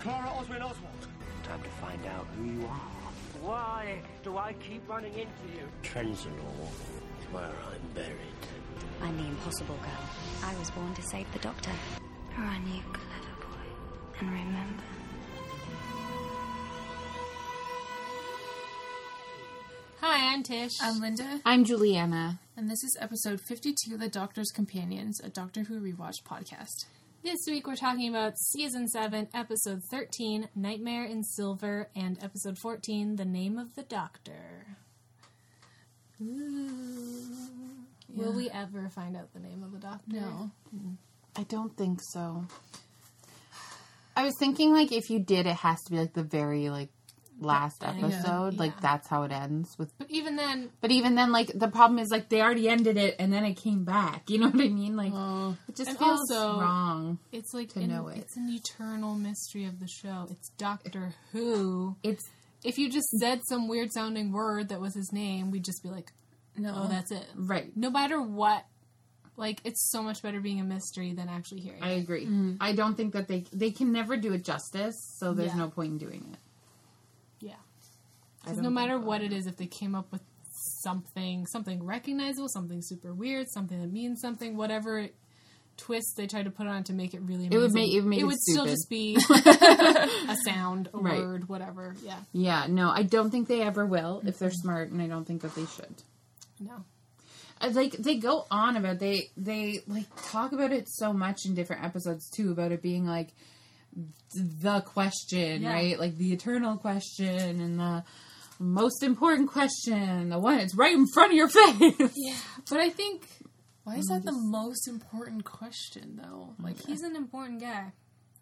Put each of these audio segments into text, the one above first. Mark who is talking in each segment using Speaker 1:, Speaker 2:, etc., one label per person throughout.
Speaker 1: Clara Osman Oswald.
Speaker 2: Time to find out who you are.
Speaker 3: Why do I keep running into you?
Speaker 2: Trenzalore is where I'm buried.
Speaker 4: I'm the impossible girl. I was born to save the doctor.
Speaker 5: Run, you clever boy. And remember.
Speaker 6: Hi, I'm Tish.
Speaker 7: I'm Linda,
Speaker 6: I'm Juliana.
Speaker 7: and this is episode 52 The Doctor's Companions, a Doctor Who rewatch podcast.
Speaker 6: This week we're talking about season 7, episode 13, Nightmare in Silver, and episode 14, The Name of the Doctor. Ooh. Will we ever find out the name of the doctor?
Speaker 7: No.
Speaker 8: I don't think so. I was thinking like if you did, it has to be like the very like last episode. Like that's how it ends with.
Speaker 6: But even then,
Speaker 8: But even then, like the problem is like they already ended it and then it came back. You know what I mean? Like it just
Speaker 7: And
Speaker 8: feels
Speaker 7: also-
Speaker 8: wrong.
Speaker 7: It's like
Speaker 8: To
Speaker 7: an,
Speaker 8: know it.
Speaker 7: it's an eternal mystery of the show. It's Doctor Who.
Speaker 8: It's
Speaker 7: If you just said some weird sounding word that was his name, we'd just be like,
Speaker 8: no.
Speaker 7: "Oh, that's it."
Speaker 8: right.
Speaker 7: No matter what, like it's so much better being a mystery than actually hearing.
Speaker 8: I
Speaker 7: it.
Speaker 8: agree. I don't think that they they can never do it justice. So there's
Speaker 7: Yeah.
Speaker 8: no point in doing it.
Speaker 7: Yeah.
Speaker 8: I don't
Speaker 7: Because no
Speaker 8: think
Speaker 7: matter
Speaker 8: so.
Speaker 7: what it is, if they came up with something, something recognizable, something super weird, something that means something, whatever twist they tried to put on to make it really amazing,
Speaker 8: would make- it would make it
Speaker 7: would still
Speaker 8: stupid.
Speaker 7: just be a sound, a
Speaker 8: Right.
Speaker 7: word, whatever. Yeah,
Speaker 8: Yeah, no, I don't think they ever will if they're smart, and I don't think that they should.
Speaker 7: no,
Speaker 8: I- uh, like they go on about they they like talk about it so much in different episodes too about it being like the question
Speaker 7: Yeah.
Speaker 8: right like the eternal question and the most important question the one that's right in front of your face
Speaker 7: yeah. But I think why is that the most important question though? Like
Speaker 6: he's an important guy.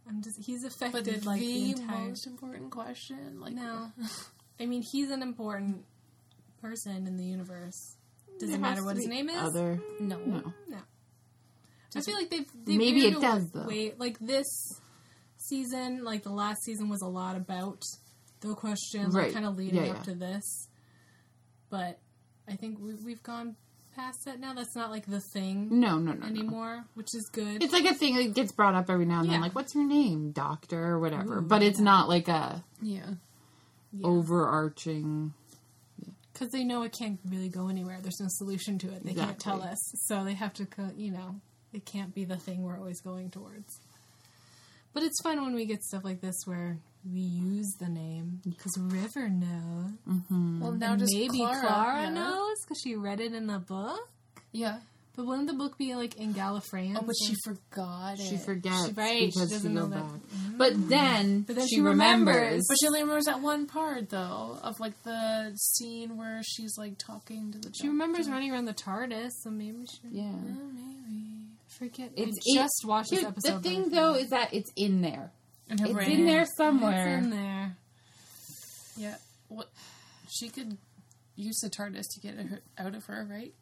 Speaker 6: I'm just, he's
Speaker 7: but
Speaker 6: affected
Speaker 7: the,
Speaker 6: like the entire.
Speaker 7: most important question, like
Speaker 6: No. I mean, he's an important person in the universe. Does
Speaker 8: There
Speaker 6: it matter
Speaker 8: has
Speaker 6: what
Speaker 8: to
Speaker 6: his
Speaker 8: be
Speaker 6: name is?
Speaker 8: other
Speaker 6: No.
Speaker 8: No.
Speaker 6: I feel like they've, they've
Speaker 8: Maybe
Speaker 6: veered
Speaker 8: it does,
Speaker 6: away-
Speaker 8: though.
Speaker 6: Wait, like this season, like the last season was a lot about the question, like
Speaker 8: Right.
Speaker 6: kind of leading
Speaker 8: Yeah,
Speaker 6: up
Speaker 8: yeah.
Speaker 6: to this. But I think we, we've gone past that now. That's not like the thing
Speaker 8: no no no, no.
Speaker 6: anymore, which is good.
Speaker 8: it's like a thing that gets brought up every now and
Speaker 6: Yeah.
Speaker 8: then like what's your name doctor or whatever but it's not like a
Speaker 7: yeah,
Speaker 8: overarching
Speaker 7: because they know it can't really go anywhere. There's no solution to it. They can't tell
Speaker 8: Exactly.
Speaker 7: us, so they have to, co- you know, it can't be the thing we're always going towards. But it's fun when we get stuff like this where we use the name because River knows.
Speaker 9: Well, now just
Speaker 7: Mm-hmm. Maybe Clara,
Speaker 9: Clara.
Speaker 7: knows because she read it in the book.
Speaker 9: Yeah.
Speaker 7: But wouldn't the book be like in Gallifreyans?
Speaker 9: Oh, but she forgot it.
Speaker 8: she forgets
Speaker 7: She- right, she
Speaker 8: because she,
Speaker 7: doesn't know
Speaker 8: goes
Speaker 7: that.
Speaker 8: back but then,
Speaker 7: But then
Speaker 8: she,
Speaker 7: she remembers.
Speaker 8: remembers
Speaker 9: But she only remembers that one part though of like the scene where she's like talking to the. Oh,
Speaker 7: She remembers running around the TARDIS, so maybe she
Speaker 8: yeah
Speaker 9: maybe.
Speaker 7: forget.
Speaker 8: It's
Speaker 7: I
Speaker 8: it-
Speaker 7: just watched this
Speaker 8: Dude,
Speaker 7: episode.
Speaker 8: The thing
Speaker 7: but I
Speaker 8: though
Speaker 7: forgot.
Speaker 8: is that it's in there.
Speaker 9: And her
Speaker 8: It's
Speaker 9: brain.
Speaker 8: in there
Speaker 7: it's in
Speaker 8: somewhere.
Speaker 7: there.
Speaker 9: Yeah. What? She could use the TARDIS to get her out of her, right?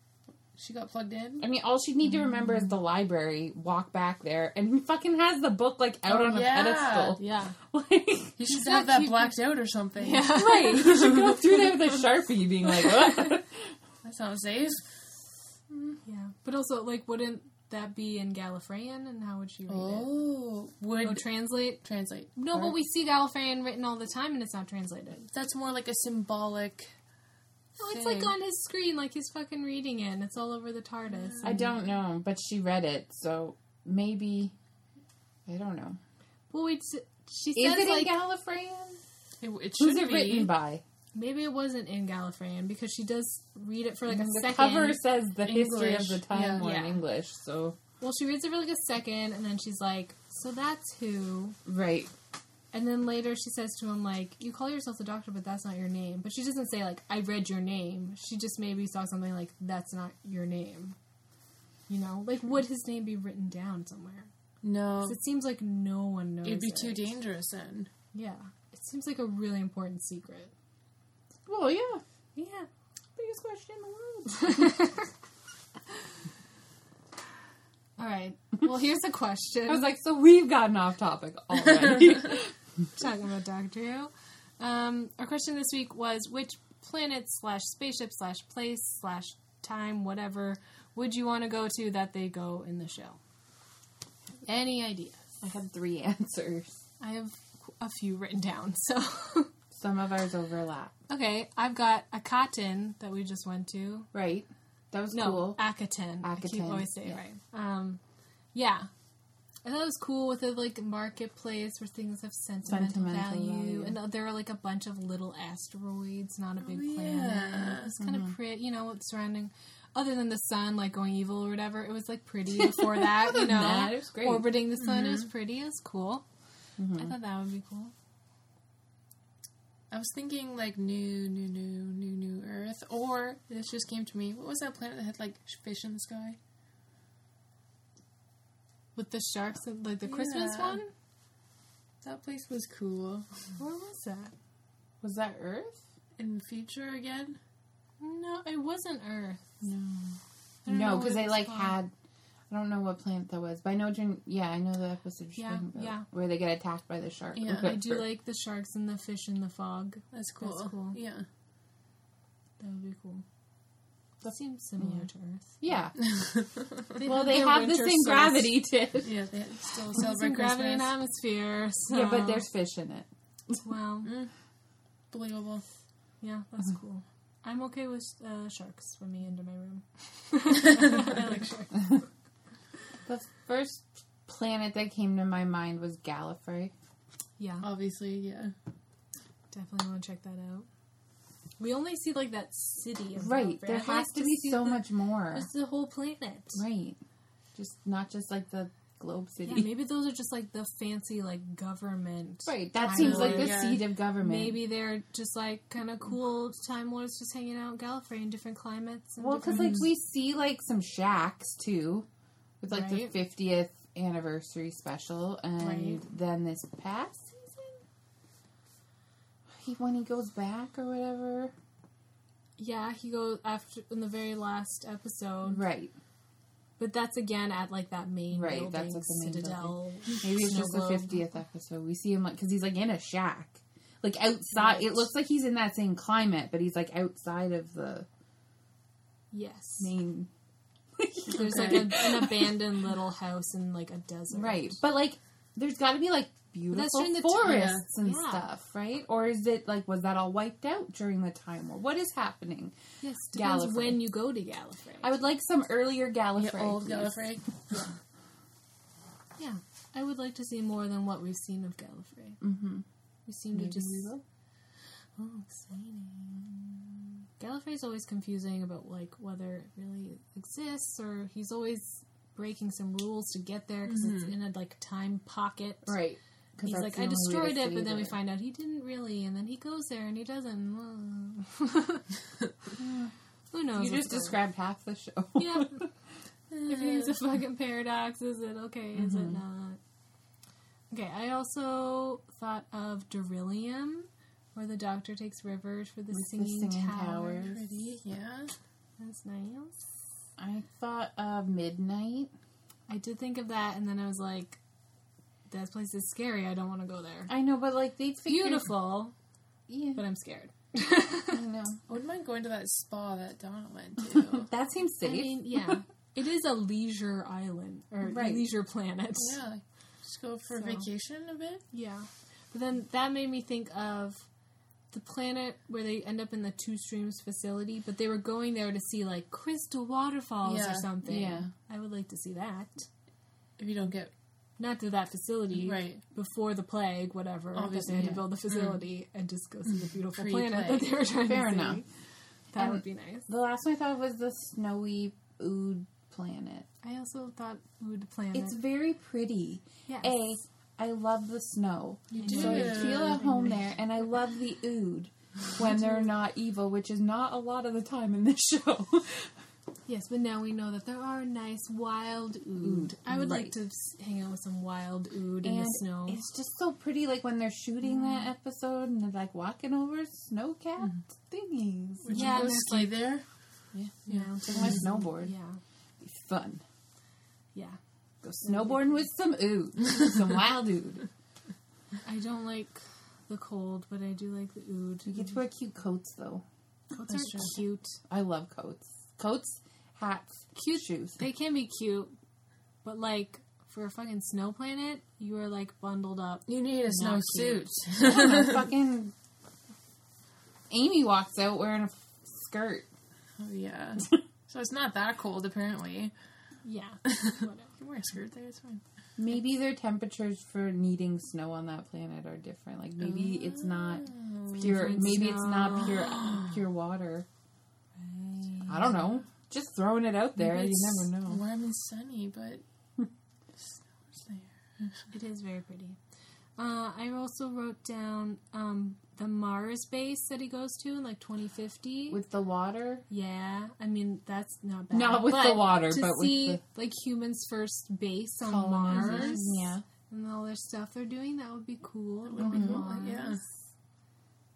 Speaker 9: She got plugged in.
Speaker 8: I mean, all she'd need to remember is the library. Walk back there, and he fucking has the book like out
Speaker 9: Oh,
Speaker 8: on a
Speaker 9: yeah.
Speaker 8: pedestal.
Speaker 7: Yeah,
Speaker 8: Like,
Speaker 9: You should have that blacked out or something. Yeah.
Speaker 8: right? You should go through there with a sharpie, being like, "What?"
Speaker 9: That sounds safe.
Speaker 7: yeah. But also, like, wouldn't that be in Gallifreyan? And how would she read it?
Speaker 9: Oh, would
Speaker 7: Go translate.
Speaker 9: translate.
Speaker 7: No,
Speaker 9: Or-
Speaker 7: but we see Gallifreyan written all the time, and it's not translated.
Speaker 9: That's more like a symbolic.
Speaker 7: Oh, it's like
Speaker 9: Thing.
Speaker 7: on his screen, like he's fucking reading it, and it's all over the TARDIS.
Speaker 8: I don't know, but she read it, so maybe I don't know.
Speaker 7: Well, wait, s- she
Speaker 8: Is
Speaker 7: says
Speaker 8: it
Speaker 7: like
Speaker 8: in Gallifreyan?
Speaker 9: It, it should
Speaker 8: Who's it
Speaker 9: be.
Speaker 8: written by?
Speaker 7: maybe it wasn't in Gallifreyan because she does read it for like a
Speaker 8: The
Speaker 7: second.
Speaker 8: cover says the history of
Speaker 9: English.
Speaker 8: the time
Speaker 9: Yeah.
Speaker 8: war in
Speaker 7: Yeah.
Speaker 8: English, so
Speaker 7: Well, she reads it for like a second, and then she's like, "So that's who."
Speaker 8: right.
Speaker 7: And then later she says to him like, "You call yourself the doctor, but that's not your name." But she doesn't say like, "I read your name." She just maybe saw something like, "That's not your name." You know, like would his name be written down somewhere?
Speaker 9: No,
Speaker 7: 'Cause it seems like no one knows.
Speaker 9: it'd be
Speaker 7: it.
Speaker 9: too dangerous then.
Speaker 7: Yeah, it seems like a really important secret.
Speaker 8: Well, yeah.
Speaker 7: Yeah.
Speaker 8: Biggest question in the world.
Speaker 7: All right. Well, here's a question.
Speaker 8: I was like, so we've gotten off topic already.
Speaker 7: talking about Doctor Who. Um, our question this week was which planet slash spaceship slash place slash time whatever would you want to go to that they go in the show? Any idea?
Speaker 8: I had three answers.
Speaker 7: I have a few written down. So,
Speaker 8: Some of ours overlap.
Speaker 7: okay, I've got Akaten that we just went to.
Speaker 8: Right. That was
Speaker 7: No,
Speaker 8: cool.
Speaker 7: Akaten. I keep
Speaker 8: Akaten,
Speaker 7: always saying
Speaker 8: yeah.
Speaker 7: it right. Um, yeah. I thought it was cool with the like marketplace where things have sentimental,
Speaker 8: Sentimental
Speaker 7: value,
Speaker 8: value. Oh,
Speaker 7: and there are like a bunch of little asteroids, not a big planet. It was kind
Speaker 8: Mm-hmm.
Speaker 7: of pretty, you know, surrounding. Other than the sun, like going evil or whatever, it was like pretty before that. you know,
Speaker 8: that, it was great. Mm-hmm.
Speaker 7: orbiting the sun it was pretty. It was cool. I thought that would be cool.
Speaker 9: I was thinking like new, new, new, new, new Earth, or this just came to me. What was that planet that had like sh- fish in the sky?
Speaker 7: With the sharks, and, like the Christmas
Speaker 9: Yeah.
Speaker 7: one.
Speaker 9: That place was cool.
Speaker 7: Where was that?
Speaker 8: Was that Earth?
Speaker 9: In future again,
Speaker 7: No, it wasn't Earth. I don't know
Speaker 8: No,
Speaker 7: what
Speaker 8: because
Speaker 7: it
Speaker 8: they
Speaker 7: was
Speaker 8: like
Speaker 7: called.
Speaker 8: had. I don't know what planet that was, but I know. Jun- Yeah, I know the episode. you're
Speaker 7: Yeah,
Speaker 8: talking about,
Speaker 7: yeah.
Speaker 8: Where they get attacked by the shark.
Speaker 9: Yeah,
Speaker 7: I do like the sharks and the fish in the fog.
Speaker 9: that's cool.
Speaker 7: cool.
Speaker 9: Yeah,
Speaker 7: That would be cool. That seems similar to Earth.
Speaker 8: Yeah. well,
Speaker 7: have
Speaker 8: they
Speaker 7: their
Speaker 8: have the
Speaker 7: winter
Speaker 8: same
Speaker 7: solstice.
Speaker 8: gravity tip.
Speaker 9: yeah. They had- still
Speaker 7: Some
Speaker 9: celebrate
Speaker 7: gravity and
Speaker 9: Christmas.
Speaker 7: atmosphere. So. Mm.
Speaker 8: Yeah, but there's fish in it.
Speaker 7: well,
Speaker 9: Believable.
Speaker 7: yeah, that's
Speaker 8: Mm.
Speaker 7: cool. I'm okay with uh, sharks for me into my room. I like sharks.
Speaker 8: The first planet that came to my mind was Gallifrey.
Speaker 7: Yeah,
Speaker 9: Obviously, yeah.
Speaker 7: definitely want to check that out. We only see like that city, of
Speaker 8: Right.
Speaker 7: Belgrade.
Speaker 8: There
Speaker 7: I'd
Speaker 8: has
Speaker 7: like
Speaker 8: to be
Speaker 7: see
Speaker 8: so
Speaker 7: the-
Speaker 8: much more.
Speaker 7: Just the whole planet.
Speaker 8: Right. Just not just like the globe city.
Speaker 7: Yeah, maybe those are just like the fancy like government.
Speaker 8: Right. That
Speaker 7: Time
Speaker 8: seems like the
Speaker 7: Lords.
Speaker 8: seat of government.
Speaker 7: Maybe they're just like kind of cool Time Lords just hanging out in Gallifrey in different climates. And
Speaker 8: Well, because like we see like some shacks too, with like the
Speaker 7: Right.
Speaker 8: fiftieth anniversary special, and
Speaker 7: Right.
Speaker 8: then this past season, he when he goes back or whatever,
Speaker 7: yeah, he goes after in the very last episode,
Speaker 8: right?
Speaker 7: but that's again at like that main
Speaker 8: Right,
Speaker 7: building,
Speaker 8: that's at the main
Speaker 7: Citadel.
Speaker 8: Maybe it's
Speaker 7: Snow
Speaker 8: just the
Speaker 7: Globe.
Speaker 8: fiftieth episode. We see him like because he's like in a shack, like outside. It looks like he's in that same climate, but he's like outside of the
Speaker 7: Yes,
Speaker 8: main
Speaker 7: there's like a, an abandoned little house in like a desert.
Speaker 8: Right, but like, there's got to be like beautiful
Speaker 7: during the t-
Speaker 8: forests and
Speaker 7: Yeah.
Speaker 8: stuff, right? Or is it like was that all wiped out during the time war? What is happening?
Speaker 7: Yes, depends
Speaker 8: Gallifrey.
Speaker 7: when you go to Gallifrey.
Speaker 8: I would like some earlier
Speaker 9: Yeah,
Speaker 8: Gallifrey.
Speaker 9: old
Speaker 8: please.
Speaker 9: Gallifrey.
Speaker 7: yeah, I would like to see more than what we've seen of Gallifrey. Mm-hmm. We seem to just
Speaker 8: we will.
Speaker 7: Oh, exciting. Gallifrey's always confusing about like whether it really exists or he's always breaking some rules to get there because it's in a like time pocket.
Speaker 8: Mm-hmm. right? 'cause
Speaker 7: He's
Speaker 8: that's
Speaker 7: like,
Speaker 8: the
Speaker 7: I
Speaker 8: only way to
Speaker 7: destroyed it,
Speaker 8: save
Speaker 7: but then we find out he didn't really, and then he goes there and he doesn't. Who knows?
Speaker 8: you just
Speaker 7: what's going
Speaker 8: described half the show.
Speaker 7: on. Yeah. Everything's a fucking paradox. Is it okay? Is
Speaker 8: Mm-hmm.
Speaker 7: it not? Okay, I also thought of Derillium, where the doctor takes Rivers for the,
Speaker 8: With the
Speaker 7: singing,
Speaker 8: singing
Speaker 7: tower.
Speaker 8: towers.
Speaker 9: Pretty, yeah.
Speaker 7: That's nice.
Speaker 8: I thought of midnight.
Speaker 7: I did think of that, and then I was like, "That place is scary. I don't want to go there."
Speaker 8: I know, but like they figured,
Speaker 7: Beautiful,
Speaker 8: Yeah,
Speaker 7: but I'm scared.
Speaker 8: I know
Speaker 9: I wouldn't mind going to that spa that Donna went to.
Speaker 8: that seems
Speaker 7: I
Speaker 8: safe.
Speaker 7: mean, yeah, it is a leisure island or
Speaker 8: Right.
Speaker 7: leisure planet.
Speaker 9: yeah, like, just go for
Speaker 7: So.
Speaker 9: vacation a bit.
Speaker 7: Yeah. But then that made me think of the planet where they end up in the Two Streams facility, but they were going there to see like crystal waterfalls
Speaker 9: Yeah,
Speaker 7: or something.
Speaker 8: yeah.
Speaker 7: I would like to see that.
Speaker 9: If you don't get
Speaker 7: Not to that facility.
Speaker 9: Right.
Speaker 7: Before the plague, whatever. that
Speaker 9: Obviously,
Speaker 7: they had
Speaker 8: yeah. Mm.
Speaker 7: to build the facility and just go see the beautiful
Speaker 9: Pre-plague.
Speaker 7: planet that they were trying
Speaker 8: Fair
Speaker 7: to see.
Speaker 8: enough.
Speaker 7: That
Speaker 8: And-
Speaker 7: would be nice.
Speaker 8: the last one I thought was the snowy ood planet.
Speaker 7: I also thought Ood planet.
Speaker 8: It's very pretty.
Speaker 7: Uh-huh. Yes.
Speaker 8: A, I love the snow. You
Speaker 9: do.
Speaker 8: So I feel at home there, and I love the ood when they're not evil, which is not a lot of the time in this show.
Speaker 7: Yes, but now we know that there are nice wild ood. I would like
Speaker 8: Mm. Right.
Speaker 7: to s- hang out with some wild ood in
Speaker 8: and
Speaker 7: the snow. Mm-hmm.
Speaker 8: it's just so pretty, like when they're shooting that episode and they're like walking over snow capped
Speaker 7: Mm-hmm.
Speaker 8: thingies.
Speaker 7: Yeah,
Speaker 9: go
Speaker 7: and there's
Speaker 9: ski
Speaker 7: like
Speaker 9: there.
Speaker 7: you know,
Speaker 8: Take my snowboard.
Speaker 7: yeah,
Speaker 8: Fun.
Speaker 7: yeah.
Speaker 8: Go
Speaker 7: Mm-hmm.
Speaker 8: snowboarding with some ood, some wild ood.
Speaker 7: I don't like the cold, but I do like the ood.
Speaker 8: You get to wear cute coats though.
Speaker 7: Coats are cute.
Speaker 8: I love coats. Coats, hats, cute shoes.
Speaker 7: They can be cute, but like for a fucking snow planet, you are like bundled up.
Speaker 9: You need a
Speaker 7: Not
Speaker 9: snowsuit.
Speaker 8: And fucking Amy walks out wearing a f- skirt.
Speaker 9: oh, yeah. So it's not that cold, apparently.
Speaker 7: Yeah.
Speaker 9: You can wear a skirt there, it's fine.
Speaker 8: Maybe their temperatures for needing snow on that planet are different. Like maybe it's not
Speaker 7: Oh,
Speaker 8: pure. Maybe it's not pure pure water. I don't know. Just throwing it out there.
Speaker 9: It's
Speaker 8: you never know.
Speaker 9: warm and sunny, but snow's there.
Speaker 7: It is very pretty. Uh, I also wrote down um, the Mars base that he goes to in like 2050.
Speaker 8: With the water,
Speaker 7: yeah, I mean that's not bad.
Speaker 8: Not with the water,
Speaker 7: to
Speaker 8: but with
Speaker 7: see
Speaker 8: the-
Speaker 7: like humans' first base on
Speaker 8: Colonization,
Speaker 7: Mars,
Speaker 8: yeah.
Speaker 7: and all their stuff they're doing, that would be cool.
Speaker 9: Would be cool, yeah.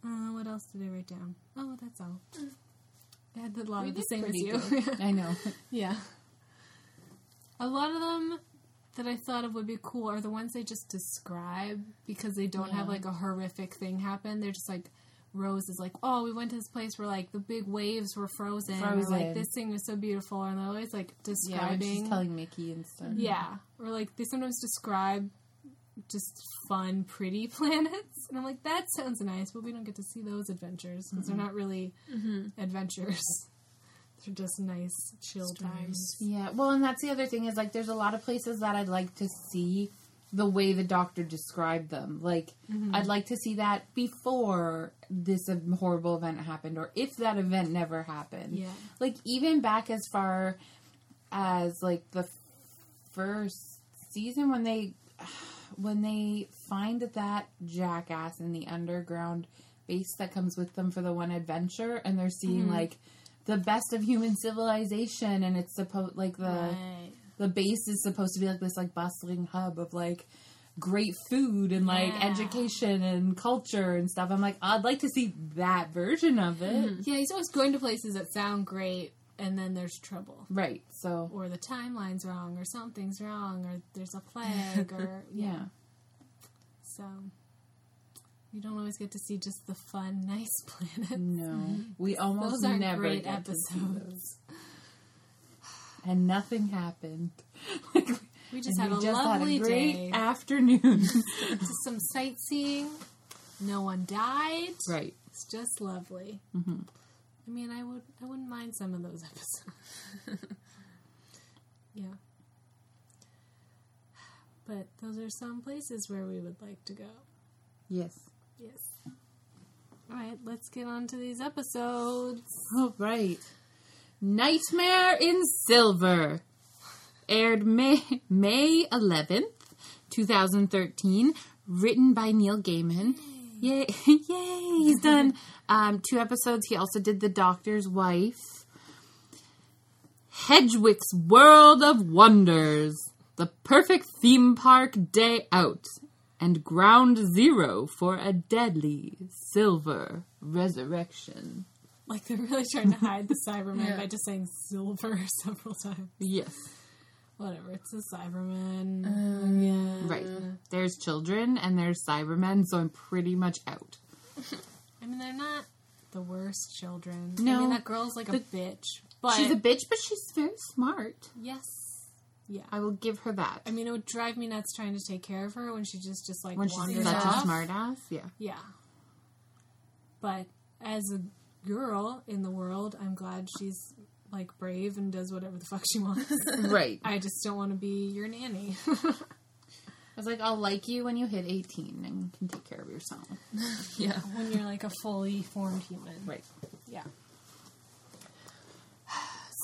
Speaker 7: Uh, what else did I write down? Oh, that's all. I had a lot of the
Speaker 8: did
Speaker 7: same as
Speaker 8: pretty
Speaker 7: you.
Speaker 8: I know.
Speaker 7: yeah. A lot of them that I thought of would be cool are the ones they just describe because they don't have like a horrific thing happen. They're just like Rose is like, oh, we went to this place where like the big waves were frozen, or
Speaker 8: Frozen.
Speaker 7: like this thing was so beautiful, and they're always like
Speaker 8: Yeah, when
Speaker 7: describing.
Speaker 8: she's telling Mickey and stuff.
Speaker 7: Yeah, or like they sometimes describe just fun, pretty planets, and I'm like, that sounds nice, but we don't get to see those adventures because they're not really Mm-hmm. adventures. They're just nice, chill times.
Speaker 8: Yeah, well, and that's the other thing is like there's a lot of places that I'd like to see the way the doctor described them. Like I'd like to see that before this um, horrible event happened or if that event never happened.
Speaker 7: Yeah.
Speaker 8: Like even back as far as like the first season when they when they find that jackass in the underground base that comes with them for the one adventure and they're seeing
Speaker 7: Mm-hmm.
Speaker 8: like the best of human civilization and it's supposed like the
Speaker 7: Right.
Speaker 8: the base is supposed to be like this like bustling hub of like great food and like
Speaker 7: Yeah.
Speaker 8: education and culture and stuff i'm like "Oh, i'd like to see that version of it
Speaker 7: Yeah, he's always going to places that sound great, and then there's trouble,
Speaker 8: right so
Speaker 7: or the timeline's wrong, or something's wrong, or there's a plague, or yeah.
Speaker 8: yeah
Speaker 7: So you don't always get to see just the fun, nice planet.
Speaker 8: no we almost
Speaker 7: Mm-hmm. Those are
Speaker 8: never
Speaker 7: great
Speaker 8: get to see those.
Speaker 7: episodes.
Speaker 8: and nothing happened like
Speaker 7: We just had
Speaker 8: we
Speaker 7: a lovely
Speaker 8: great
Speaker 7: day.
Speaker 8: afternoon
Speaker 7: Just some sightseeing. No one died.
Speaker 8: right
Speaker 7: It's just lovely. I mean, I would I wouldn't mind some of those episodes. yeah. But those are some places where we would like to go.
Speaker 8: yes
Speaker 7: Yes. All right, let's get on to these episodes.
Speaker 8: All right. Nightmare in Silver aired May May 11th, 2013, written by Neil Gaiman. Yay, yay, he's done um, two episodes. He also did The Doctor's Wife, Hedgewick's World of Wonders, The Perfect Theme Park Day Out, and Ground Zero for a Deadly Silver Resurrection.
Speaker 7: Like they're really trying to hide the Cyberman by just saying silver several times.
Speaker 8: Yes.
Speaker 7: Whatever, it's a Cyberman. yeah.
Speaker 8: Right. Mm-hmm. There's children and there's Cybermen, so I'm pretty much out.
Speaker 7: I mean, they're not the worst children. I
Speaker 8: No.
Speaker 7: mean, that girl's like a bitch. But
Speaker 8: she's a bitch, but she's very smart.
Speaker 7: yes, yeah.
Speaker 8: I will give her that.
Speaker 7: I mean, it would drive me nuts trying to take care of her when she just just like
Speaker 8: when
Speaker 7: wanders
Speaker 8: she's such
Speaker 7: off.
Speaker 8: a smart ass, yeah.
Speaker 7: Yeah, but as a girl in the world, I'm glad she's like brave and does whatever the fuck she wants.
Speaker 8: right. I
Speaker 7: I just don't want to be your nanny.
Speaker 8: was like, I'll like you when you hit 18 and you can take care of yourself.
Speaker 9: Yeah.
Speaker 7: when you're like a fully formed human.
Speaker 8: Right.
Speaker 7: Yeah.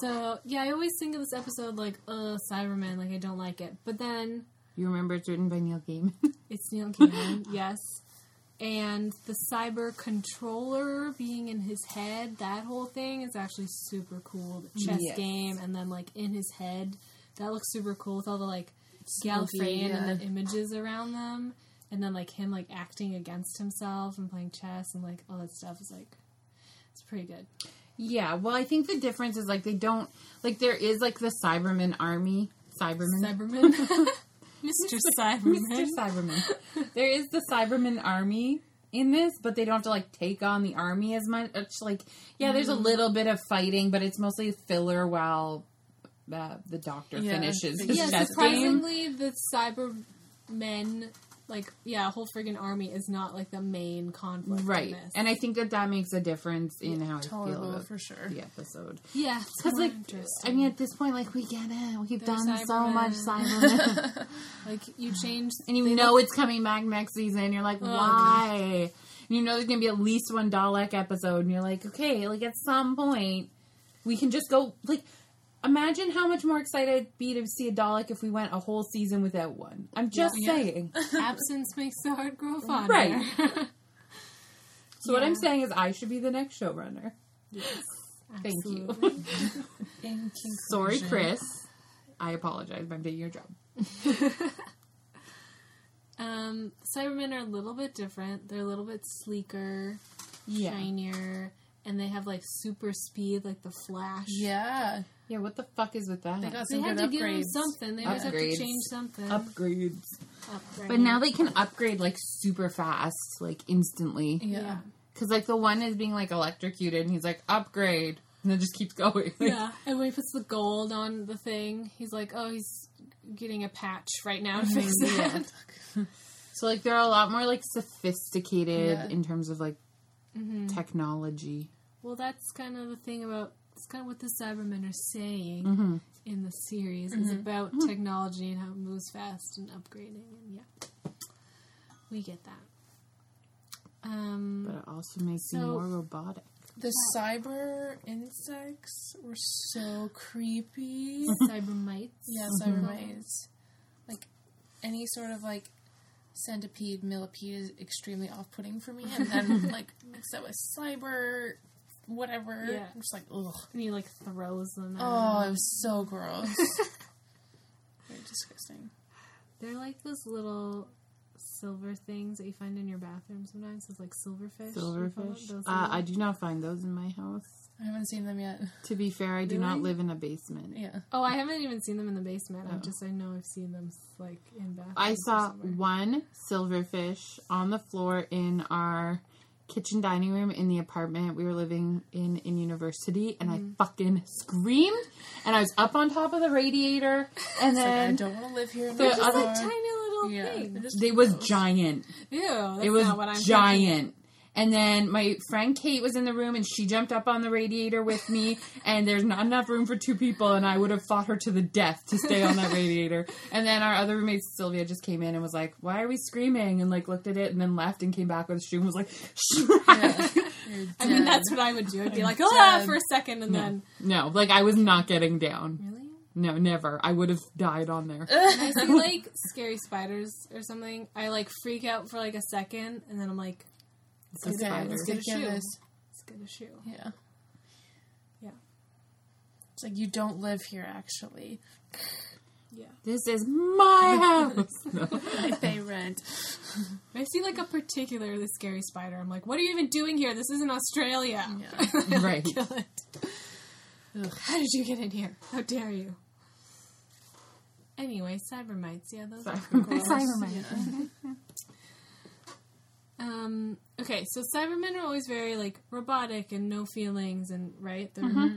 Speaker 7: So yeah, I always think of this episode like, "Ugh, Cyberman," like I don't like it. But then
Speaker 8: You remember it's written by Neil Gaiman.
Speaker 7: It's Neil Gaiman, yes. And the cyber controller being in his head, that whole thing is actually super cool. The chess
Speaker 8: Yes.
Speaker 7: game, and then like in his head, that looks super cool with all the like Gallifreyan
Speaker 9: yeah.
Speaker 7: and the images around them, and then like him like acting against himself and playing chess and like all that stuff is like it's pretty good.
Speaker 8: yeah, well, I think the difference is like they don't, like, there is like the Cyberman army. Cyberman.
Speaker 7: Cyberman, Mr. Cyberman,
Speaker 8: Mr. Cyberman. there is the Cyberman army in this, but they don't have to like take on the uh, army as much. It's like, yeah, there's a little bit of fighting, but it's mostly filler while uh, the doctor
Speaker 9: Yeah.
Speaker 8: finishes his
Speaker 7: Yeah,
Speaker 8: chess game.
Speaker 7: surprisingly, the Cybermen, like, yeah, whole friggin' army is not, like, the main conflict. in
Speaker 8: Right,
Speaker 7: this.
Speaker 8: and I think that that makes a difference in how I feel
Speaker 9: Tolerable
Speaker 8: about
Speaker 9: for sure.
Speaker 8: the episode.
Speaker 7: yeah, it's
Speaker 8: Because
Speaker 7: more
Speaker 8: like,
Speaker 7: interesting.
Speaker 8: I mean, at this point, like we get it. We've
Speaker 7: They're
Speaker 8: done so
Speaker 7: Cybermen.
Speaker 8: much Cybermen,
Speaker 7: like, you change.
Speaker 8: and you know it's coming back next season. You're like,
Speaker 9: Oh,
Speaker 8: why? And you know there's gonna be at least one Dalek episode, and you're like, okay, like at some point we can just go like. Imagine how much more excited I'd be to see a Dalek if we went a whole season without one. I'm just saying.
Speaker 7: Absence makes the heart grow fonder.
Speaker 8: Right. So what I'm saying is I should be the next showrunner. Thank you.
Speaker 9: In conclusion,
Speaker 8: Sorry, Chris. I apologize if I'm taking your job.
Speaker 7: Um, Cybermen are a little bit different. They're a little bit sleeker,
Speaker 8: Yeah.
Speaker 7: shinier, and they have, like, super speed, like the Flash.
Speaker 9: Yeah,
Speaker 8: Yeah, what the fuck is with that?
Speaker 9: they got
Speaker 7: They
Speaker 9: some
Speaker 7: had to
Speaker 9: good
Speaker 7: give them
Speaker 9: upgrades.
Speaker 7: something. They always have to
Speaker 8: Upgrades.
Speaker 7: change something.
Speaker 8: Upgrades.
Speaker 7: Upgrade.
Speaker 8: But now they can upgrade like super fast, like instantly.
Speaker 9: yeah.
Speaker 7: Yeah.
Speaker 8: Because like the one is being like electrocuted and he's like, upgrade. And it just keeps going. Like,
Speaker 7: Yeah, and when he puts the gold on the thing, he's like, "Oh, he's getting a patch right now to fix it."
Speaker 8: yeah. So like they're a lot more like sophisticated
Speaker 9: Yeah.
Speaker 8: in terms of like
Speaker 7: Mm-hmm.
Speaker 8: technology.
Speaker 7: Well, that's kind of the thing about it's kind of what the Cybermen are saying
Speaker 8: Mm-hmm.
Speaker 7: in the series is about technology and how it moves fast and upgrading, and yeah, we get that. Um,
Speaker 8: But it also makes you
Speaker 7: So-
Speaker 8: more robotic.
Speaker 9: The cyber insects were so creepy.
Speaker 7: Cybermites.
Speaker 9: yeah, mm-hmm. cybermites. Like any sort of like centipede, millipede is extremely off-putting for me, and then like mix that with cyber, whatever.
Speaker 7: Yeah.
Speaker 9: I'm just like, ugh.
Speaker 7: And he like throws them. At him.
Speaker 9: Oh, it was so gross. Very disgusting.
Speaker 7: They're like those little silver things that you find in your bathroom sometimes. It's like silverfish. you call them?
Speaker 8: Silverfish.
Speaker 7: Those
Speaker 8: Uh,
Speaker 7: little-
Speaker 8: I do not find those in my house.
Speaker 9: I haven't seen them yet.
Speaker 8: To be fair, I do not
Speaker 7: Really?
Speaker 8: live in a basement.
Speaker 9: Yeah.
Speaker 7: Oh, I haven't even seen them in the basement. I've just I know I've seen them like in bathrooms.
Speaker 8: Oh. I
Speaker 7: or
Speaker 8: saw
Speaker 7: somewhere.
Speaker 8: one silverfish on the floor in our kitchen dining room in the apartment we were living in in university, and
Speaker 9: Mm-hmm.
Speaker 8: I fucking screamed. And I was up on top of the radiator, and
Speaker 9: Like, I
Speaker 8: then
Speaker 9: don't want to live here
Speaker 8: the
Speaker 9: anymore.
Speaker 8: other
Speaker 7: tiny little
Speaker 9: yeah.
Speaker 7: thing.
Speaker 9: They're just
Speaker 8: they was giant.
Speaker 7: Ew, that's
Speaker 8: It was
Speaker 7: not what I'm
Speaker 8: giant. And then my friend Kate was in the room, and she jumped up on the radiator with me. and there's not enough room for two people, and I would have fought her to the death to stay on that radiator. And then our other roommate Sylvia just came in and was like, "Why are we screaming?" and like looked at it, and then left and came back with a shoe and was like, "Shrek."
Speaker 7: I mean, that's what I would do. I'd be like, ah, for a second, and then
Speaker 8: No, like I was not getting down.
Speaker 7: really.
Speaker 8: No, never. I would have died on there.
Speaker 7: I see like scary spiders or something. I like freak out for like a second, and then I'm like,
Speaker 8: It's a
Speaker 9: Okay,
Speaker 8: spider.
Speaker 9: let's get
Speaker 7: Get a shoe.
Speaker 9: this.
Speaker 7: it's gonna shoe.
Speaker 9: Yeah.
Speaker 7: Yeah.
Speaker 9: It's like you don't live here actually.
Speaker 8: This is my house. No.
Speaker 9: Like they rent.
Speaker 7: If I see like a particularly scary spider, I'm like, what are you even doing here? This isn't Australia.
Speaker 9: Yeah.
Speaker 8: Right.
Speaker 7: Kill it. How did you get in here? How dare you? Anyway, Cybermites. Yeah, those are gross. Um, okay, so Cybermen are always very like robotic and no feelings and right. They're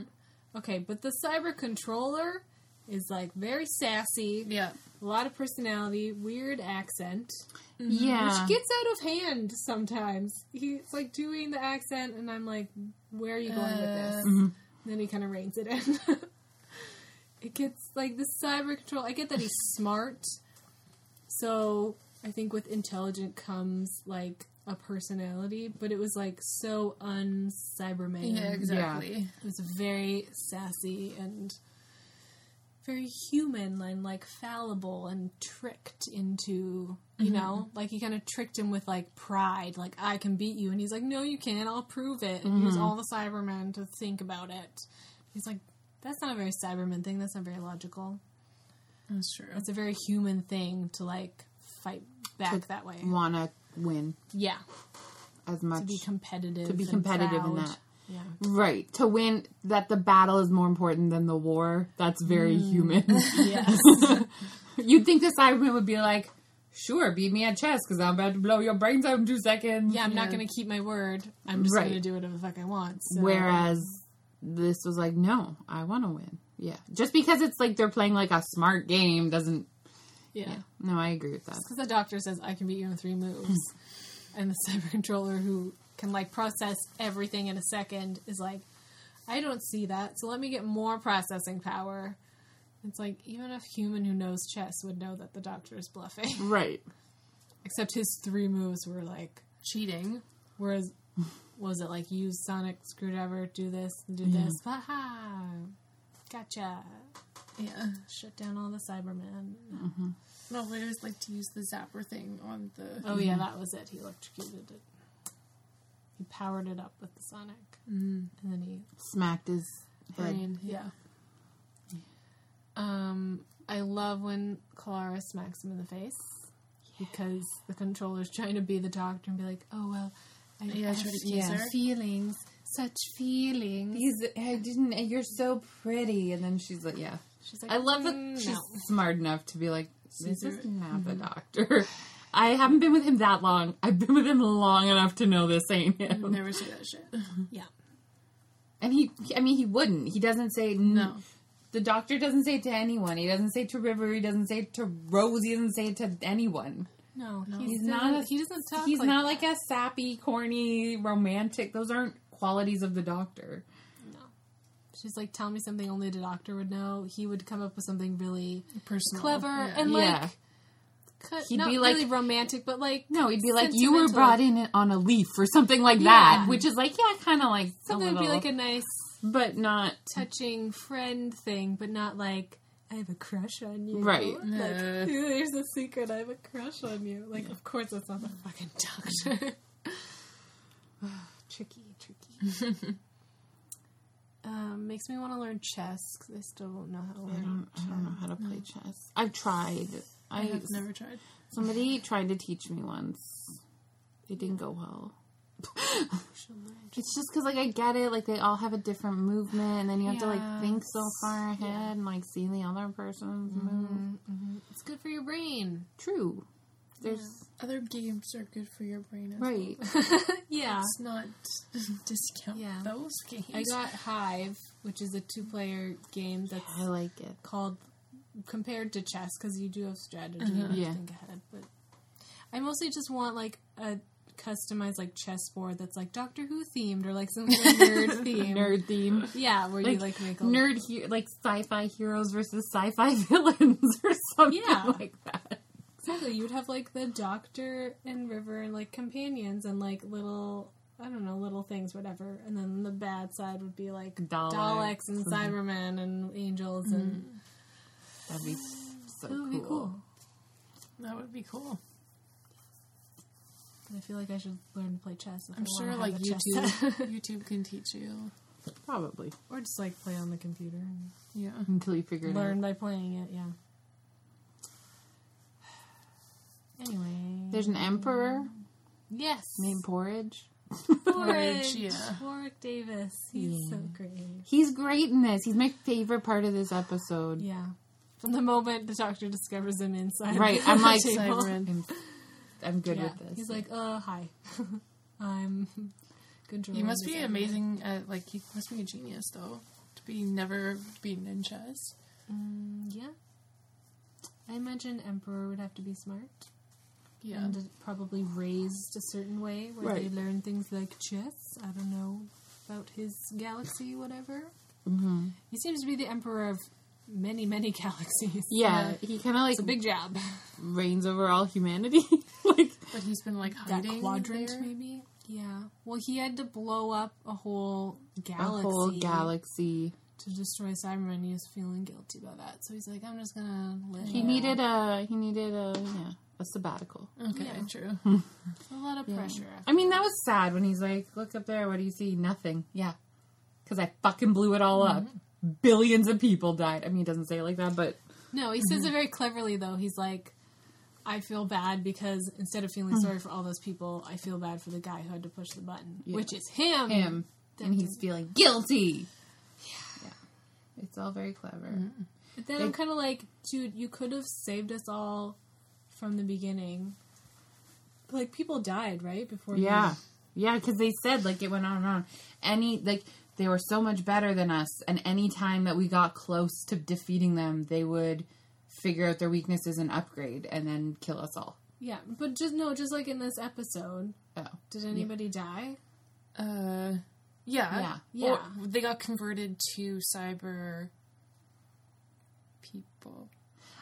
Speaker 7: okay, but the Cyber Controller is like very sassy,
Speaker 9: Yeah.
Speaker 7: a lot of personality, weird accent,
Speaker 8: Yeah.
Speaker 7: which gets out of hand sometimes. He's like doing the accent, and I'm like, where are you going with this? Then he kind of reins it in. it gets like the Cyber Control. I get that he's smart, so I think with intelligent comes like a personality, but it was like so un Cyberman.
Speaker 9: Yeah, exactly.
Speaker 7: It was very sassy and very human and like fallible and tricked into
Speaker 8: Mm-hmm.
Speaker 7: you know like he kind of tricked him with like pride like i can beat you and he's like no you can't i'll prove it and
Speaker 8: Mm-hmm.
Speaker 7: use all the cybermen to think about it he's like that's not a very cyberman thing that's not very logical
Speaker 9: That's true.
Speaker 7: it's a very human thing to like fight back that way
Speaker 8: Wanna win
Speaker 7: yeah
Speaker 8: as
Speaker 7: to
Speaker 8: much
Speaker 7: be competitive
Speaker 8: to be
Speaker 7: and
Speaker 8: competitive in
Speaker 7: proud.
Speaker 8: that.
Speaker 7: yeah
Speaker 8: Right. To win that the battle is more important than the war. That's very
Speaker 7: Mm.
Speaker 8: human.
Speaker 7: yes
Speaker 8: You'd think the Cyberman would be like, sure, beat me at chess because I'm about to blow your brains out in two seconds.
Speaker 7: yeah, I'm not going to keep my word. I'm just
Speaker 8: Right.
Speaker 7: going to do whatever the fuck I want. So.
Speaker 8: Whereas this was like, no, I want to win. Yeah. Just because it's like they're playing like a smart game doesn't.
Speaker 7: Yeah.
Speaker 8: No, I agree with that.
Speaker 7: Because the doctor says, I can beat you in three moves. and the cyber controller, who can like process everything in a second, is like, I don't see that, so let me get more processing power. It's like, even a human who knows chess would know that the doctor is bluffing.
Speaker 8: Right.
Speaker 7: Except his three moves were like,
Speaker 9: Cheating.
Speaker 7: whereas, was it like, use sonic screwdriver, do this, and do this? Ha ha! Gotcha.
Speaker 9: Yeah.
Speaker 7: Shut down all the Cybermen.
Speaker 9: No, but it was like to use the zapper thing on the.
Speaker 7: Oh yeah, that was it. He electrocuted it. He powered it up with the sonic, mm. and then he
Speaker 8: Smacked his head.
Speaker 7: brain. Yeah. Um, I love when Clara smacks him in the face because the controller's trying to be the doctor and be like, "Oh well, I
Speaker 9: Yeah,
Speaker 7: have
Speaker 9: try to kiss
Speaker 7: yeah,
Speaker 9: her.
Speaker 7: feelings, such feelings."
Speaker 8: He's, I didn't, you're so pretty. And then she's like, yeah.
Speaker 7: She's like,
Speaker 8: I love that
Speaker 7: "Mm,
Speaker 8: she's
Speaker 7: no."
Speaker 8: smart enough to be like, this is not the doctor. I haven't been with him that long. I've been with him long enough to know this ain't him.
Speaker 9: Never say that shit.
Speaker 7: Yeah.
Speaker 8: And he, I mean, he wouldn't. He doesn't say
Speaker 9: No.
Speaker 8: The doctor doesn't say it to anyone. He doesn't say it to River. He doesn't say it to Rose. He doesn't say it to anyone.
Speaker 7: No, he's,
Speaker 8: He's
Speaker 7: not.
Speaker 8: not a-
Speaker 7: he doesn't talk.
Speaker 8: He's
Speaker 7: like,
Speaker 8: not like a sappy, corny, romantic. Those aren't qualities of the doctor.
Speaker 7: She's like, "Tell me something only the doctor would know." He would come up with something really
Speaker 9: Personal.
Speaker 7: clever
Speaker 9: Yeah.
Speaker 7: and like.
Speaker 8: yeah.
Speaker 7: cut,
Speaker 8: He'd
Speaker 7: not
Speaker 8: be like-
Speaker 7: really romantic, but like
Speaker 8: No, he'd be like, you were brought in on a leaf or something like
Speaker 7: Yeah.
Speaker 8: that, which is like, yeah, kind of like
Speaker 7: Something
Speaker 8: a
Speaker 7: would be
Speaker 8: little,
Speaker 7: like a nice
Speaker 8: but not
Speaker 7: touching friend thing, but not like I have a crush on you.
Speaker 8: Right.
Speaker 7: Like,
Speaker 9: Nah.
Speaker 7: here's a secret. I have a crush on you. Like, of course, that's not the fucking doctor. tricky, tricky. um, makes me want to learn chess because I still don't know how to
Speaker 8: I
Speaker 7: learn.
Speaker 8: don't, I don't know how to play chess. I've tried. I,
Speaker 9: I've never tried.
Speaker 8: somebody tried to teach me once. It didn't go well. it's just because, like, I get it. Like, they all have a different movement, and then you have to like think so far ahead and like see the other person's move.
Speaker 7: It's good for your brain.
Speaker 8: True. There's
Speaker 9: Other games are good for your brain. as well.
Speaker 8: right.
Speaker 7: Yeah.
Speaker 9: Let's not discount
Speaker 7: Yeah.
Speaker 9: those games.
Speaker 7: I got Hive, which is a two-player game that's
Speaker 8: I like it.
Speaker 7: called compared to chess because you do have strategy and you
Speaker 8: Yeah.
Speaker 7: think ahead. But I mostly just want like a customized like chess board that's like Doctor Who themed or like some kind of nerd theme.
Speaker 8: Nerd theme.
Speaker 7: Yeah, where you like make a
Speaker 8: nerd he- like sci-fi heroes versus sci-fi villains or something
Speaker 7: Yeah.
Speaker 8: like that.
Speaker 7: Exactly, you would have like the Doctor and River and like companions and like little. I don't know, little things, whatever. And then the bad side would be like
Speaker 8: Daleks
Speaker 7: Daleks and Cybermen and angels and
Speaker 8: That'd be so
Speaker 7: That would be cool.
Speaker 9: That would be cool.
Speaker 7: I feel like I should learn to play chess. If
Speaker 9: I'm
Speaker 7: I wanna
Speaker 9: sure
Speaker 7: have
Speaker 9: like
Speaker 7: a chess
Speaker 9: YouTube
Speaker 7: set.
Speaker 9: YouTube can teach you.
Speaker 8: Probably
Speaker 7: Or just like play on the computer and
Speaker 9: Yeah.
Speaker 8: until you figure it
Speaker 7: learn
Speaker 8: out.
Speaker 7: by playing it, yeah. Anyway.
Speaker 8: There's an emperor
Speaker 7: yes.
Speaker 8: named Porridge.
Speaker 7: Warwick.
Speaker 9: yeah.
Speaker 7: Warwick Davis. He's so great.
Speaker 8: He's great in this. He's my favorite part of this episode.
Speaker 7: Yeah. From the moment the doctor discovers him inside.
Speaker 8: Right,
Speaker 7: the
Speaker 8: I'm like,
Speaker 7: table.
Speaker 8: I'm, I'm good
Speaker 7: Yeah.
Speaker 8: with this.
Speaker 7: He's like, uh, hi. I'm controlling
Speaker 9: You must
Speaker 7: this
Speaker 9: be
Speaker 7: area.
Speaker 9: amazing at like you must be a genius though to be never beaten in chess.
Speaker 7: Yeah. I imagine Emperor would have to be smart.
Speaker 9: Yeah.
Speaker 7: and it probably raised a certain way where
Speaker 8: Right.
Speaker 7: they learn things like chess. I don't know about his galaxy, whatever. Mm-hmm. He seems to be the emperor of many, many galaxies.
Speaker 8: yeah, he kind of like
Speaker 7: it's a big job.
Speaker 8: reigns over all humanity. like,
Speaker 9: but he's been like
Speaker 7: Mm-hmm. That
Speaker 9: hiding
Speaker 7: quadrant,
Speaker 9: there.
Speaker 7: maybe. Yeah. Well, he had to blow up a whole galaxy,
Speaker 8: a whole galaxy.
Speaker 7: to destroy Cybermen. and He was feeling guilty about that, so he's like, "I'm just gonna live."
Speaker 8: He needed a he needed a yeah a sabbatical.
Speaker 9: Okay,
Speaker 7: Yeah.
Speaker 9: true.
Speaker 7: a lot of pressure.
Speaker 8: I mean, that was sad when he's like, "Look up there. What do you see? Nothing." Yeah, because I fucking blew it all up. Billions of people died. I mean, he doesn't say it like that, but
Speaker 7: No, he
Speaker 8: Mm-hmm.
Speaker 7: says it very cleverly, though. He's like, I feel bad because instead of
Speaker 8: Hmm.
Speaker 7: feeling sorry for all those people, I feel bad for the guy who had to push the button, which is him.
Speaker 8: him, and he's feeling guilty. Mm-hmm. Yeah, it's all very clever.
Speaker 7: But then I'm kind of like, dude, you could have saved us all from the beginning. Like, people died, right? Before you-
Speaker 8: Yeah, yeah, because they said like it went on and on. Any like they were so much better than us, and any time that we got close to defeating them, they would figure out their weaknesses and upgrade, and then kill us all.
Speaker 7: Yeah, but just no, just like in this episode,
Speaker 8: Oh,
Speaker 7: did anybody die?
Speaker 9: Uh, yeah.
Speaker 8: Yeah.
Speaker 7: Yeah.
Speaker 9: Or they got converted to cyber people.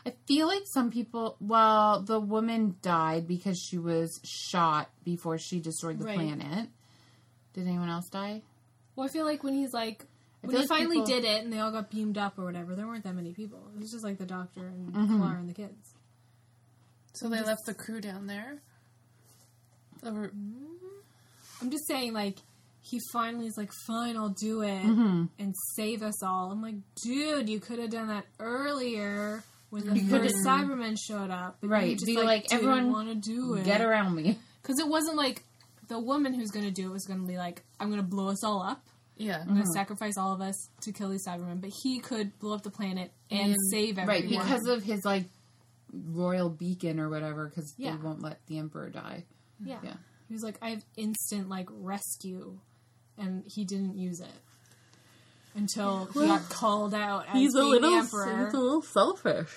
Speaker 8: I feel like some people. Well, the woman died because she was shot before she destroyed the
Speaker 7: Right.
Speaker 8: planet. Did anyone else die?
Speaker 7: Well, I feel like when he's like, when
Speaker 8: feel
Speaker 7: he
Speaker 8: like
Speaker 7: finally
Speaker 8: people-
Speaker 7: did it and they all got beamed up or whatever, there weren't that many people. It was just like the doctor and
Speaker 8: Mm-hmm.
Speaker 7: Clara and the kids.
Speaker 9: So they left the crew down there. Or-
Speaker 7: I'm just saying, like, he finally is like, fine, I'll do it
Speaker 8: Mm-hmm.
Speaker 7: and save us all. I'm like, dude, you could have done that earlier when the first Cybermen showed up. But
Speaker 8: Right,
Speaker 7: You just
Speaker 8: be
Speaker 7: like,
Speaker 8: like, everyone
Speaker 7: want to do it.
Speaker 8: Get around me.
Speaker 7: Because it wasn't like the woman who's going to do it was going to be like, I'm going to blow us all up.
Speaker 9: yeah.
Speaker 7: I'm
Speaker 8: Mm-hmm.
Speaker 7: going to sacrifice all of us to kill these Cybermen. But he could blow up the planet and save everyone.
Speaker 8: Right, because of his like royal beacon or whatever, because
Speaker 7: Yeah.
Speaker 8: they won't let the emperor die.
Speaker 7: yeah.
Speaker 8: Yeah.
Speaker 7: He was like, I have instant, like, rescue. And he didn't use it. Until he got called out as being the emperor.
Speaker 8: little selfish.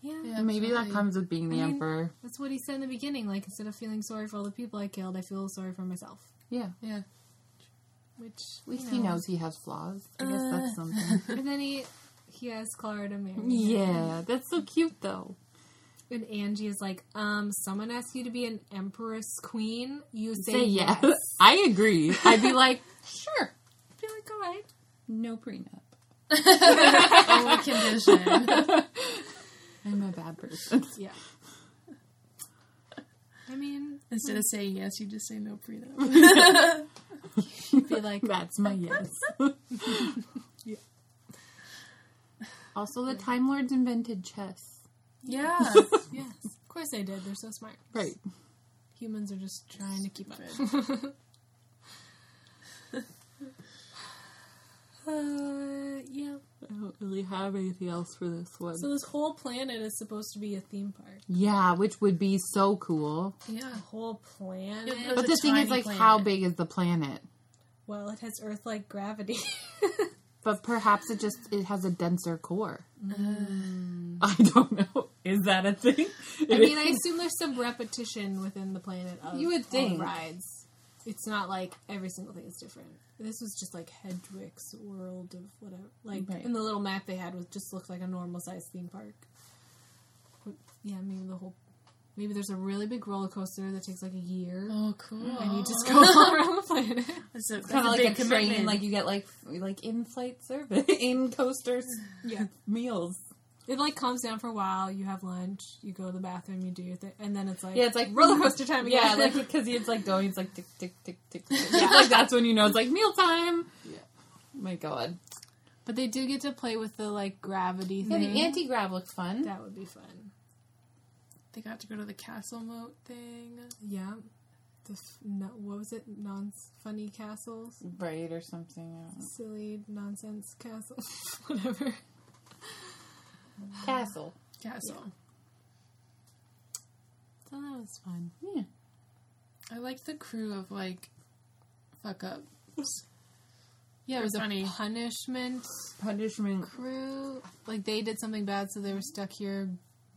Speaker 7: yeah.
Speaker 8: Maybe that comes with being the
Speaker 7: I mean-
Speaker 8: emperor.
Speaker 7: That's what he said in the beginning. Like, instead of feeling sorry for all the people I killed, I feel sorry for myself.
Speaker 8: Yeah,
Speaker 9: Yeah.
Speaker 7: Which,
Speaker 8: at least he knows he has flaws. I guess
Speaker 7: Uh.
Speaker 8: that's something.
Speaker 7: and then he, he asked Clara to marry him.
Speaker 8: yeah, that's so cute though.
Speaker 7: And Angie is like, um, someone asked you to be an empress queen. You say,
Speaker 8: Say
Speaker 7: yes.
Speaker 8: yes. I agree. I'd be like, sure,
Speaker 7: I feel like, all right.
Speaker 8: no prenup.
Speaker 9: Only condition.
Speaker 8: I'm a bad person.
Speaker 7: Yeah. I mean,
Speaker 9: Instead of saying yes, you just say no prenup.
Speaker 7: be like,
Speaker 8: That's my yes. Also, the Time Lords invented chess.
Speaker 9: Yeah.
Speaker 7: yes, of course they did. They're so smart.
Speaker 8: Right.
Speaker 7: Humans are just trying to keep up. uh, yeah.
Speaker 8: I don't really have anything else for this one.
Speaker 7: So this whole planet is supposed to be a theme park.
Speaker 8: yeah, which would be so cool.
Speaker 9: yeah.
Speaker 7: The whole planet.
Speaker 9: It was
Speaker 8: But
Speaker 9: a
Speaker 8: the thing is,
Speaker 9: tiny
Speaker 8: like,
Speaker 9: planet.
Speaker 8: how big is the planet?
Speaker 7: Well, it has Earth-like gravity.
Speaker 8: But perhaps it just it has a denser core. I don't know. Is that a thing?
Speaker 7: I mean, I assume there's some repetition within the planet of
Speaker 8: You would
Speaker 7: all the
Speaker 8: think.
Speaker 7: rides. It's not like every single thing is different. This was just like Hedwig's world of whatever. Like,
Speaker 8: Right.
Speaker 7: and the little map they had was just looked like a normal sized theme park. But, yeah, maybe the whole. Maybe there's a really big roller coaster that takes like a year,
Speaker 9: Oh, cool.
Speaker 7: Mm-hmm. and you just go
Speaker 8: Oh.
Speaker 7: all around the planet.
Speaker 9: That's a, like
Speaker 8: kind of like a
Speaker 9: big commitment.
Speaker 8: train, like you get like like in flight service, in coasters
Speaker 7: Yeah,
Speaker 8: meals.
Speaker 7: it like calms down for a while. You have lunch, you go to the bathroom, you do your thing, and then it's like
Speaker 8: Yeah, it's like
Speaker 7: roller coaster time again.
Speaker 8: Yeah, like because it's like going, it's like tick tick tick tick. tick. It's like that's when you know it's like meal time. Yeah. My God.
Speaker 10: But they do get to play with the like gravity
Speaker 8: Yeah,
Speaker 10: thing.
Speaker 8: the anti grab looked fun.
Speaker 7: that would be fun.
Speaker 9: They got to go to the castle moat thing.
Speaker 7: Yeah. The f- no, what was it? Non funny castles,
Speaker 10: Mm.
Speaker 8: Right or something. I don't know.
Speaker 7: silly nonsense castles, whatever.
Speaker 8: Castle.
Speaker 9: Castle.
Speaker 10: So that was fun.
Speaker 8: Yeah.
Speaker 9: I like the crew of like fuck ups.
Speaker 10: Yeah, it
Speaker 9: They're
Speaker 10: was
Speaker 9: funny.
Speaker 10: a punishment
Speaker 8: Punishment.
Speaker 10: crew. Like they did something bad, so they were stuck here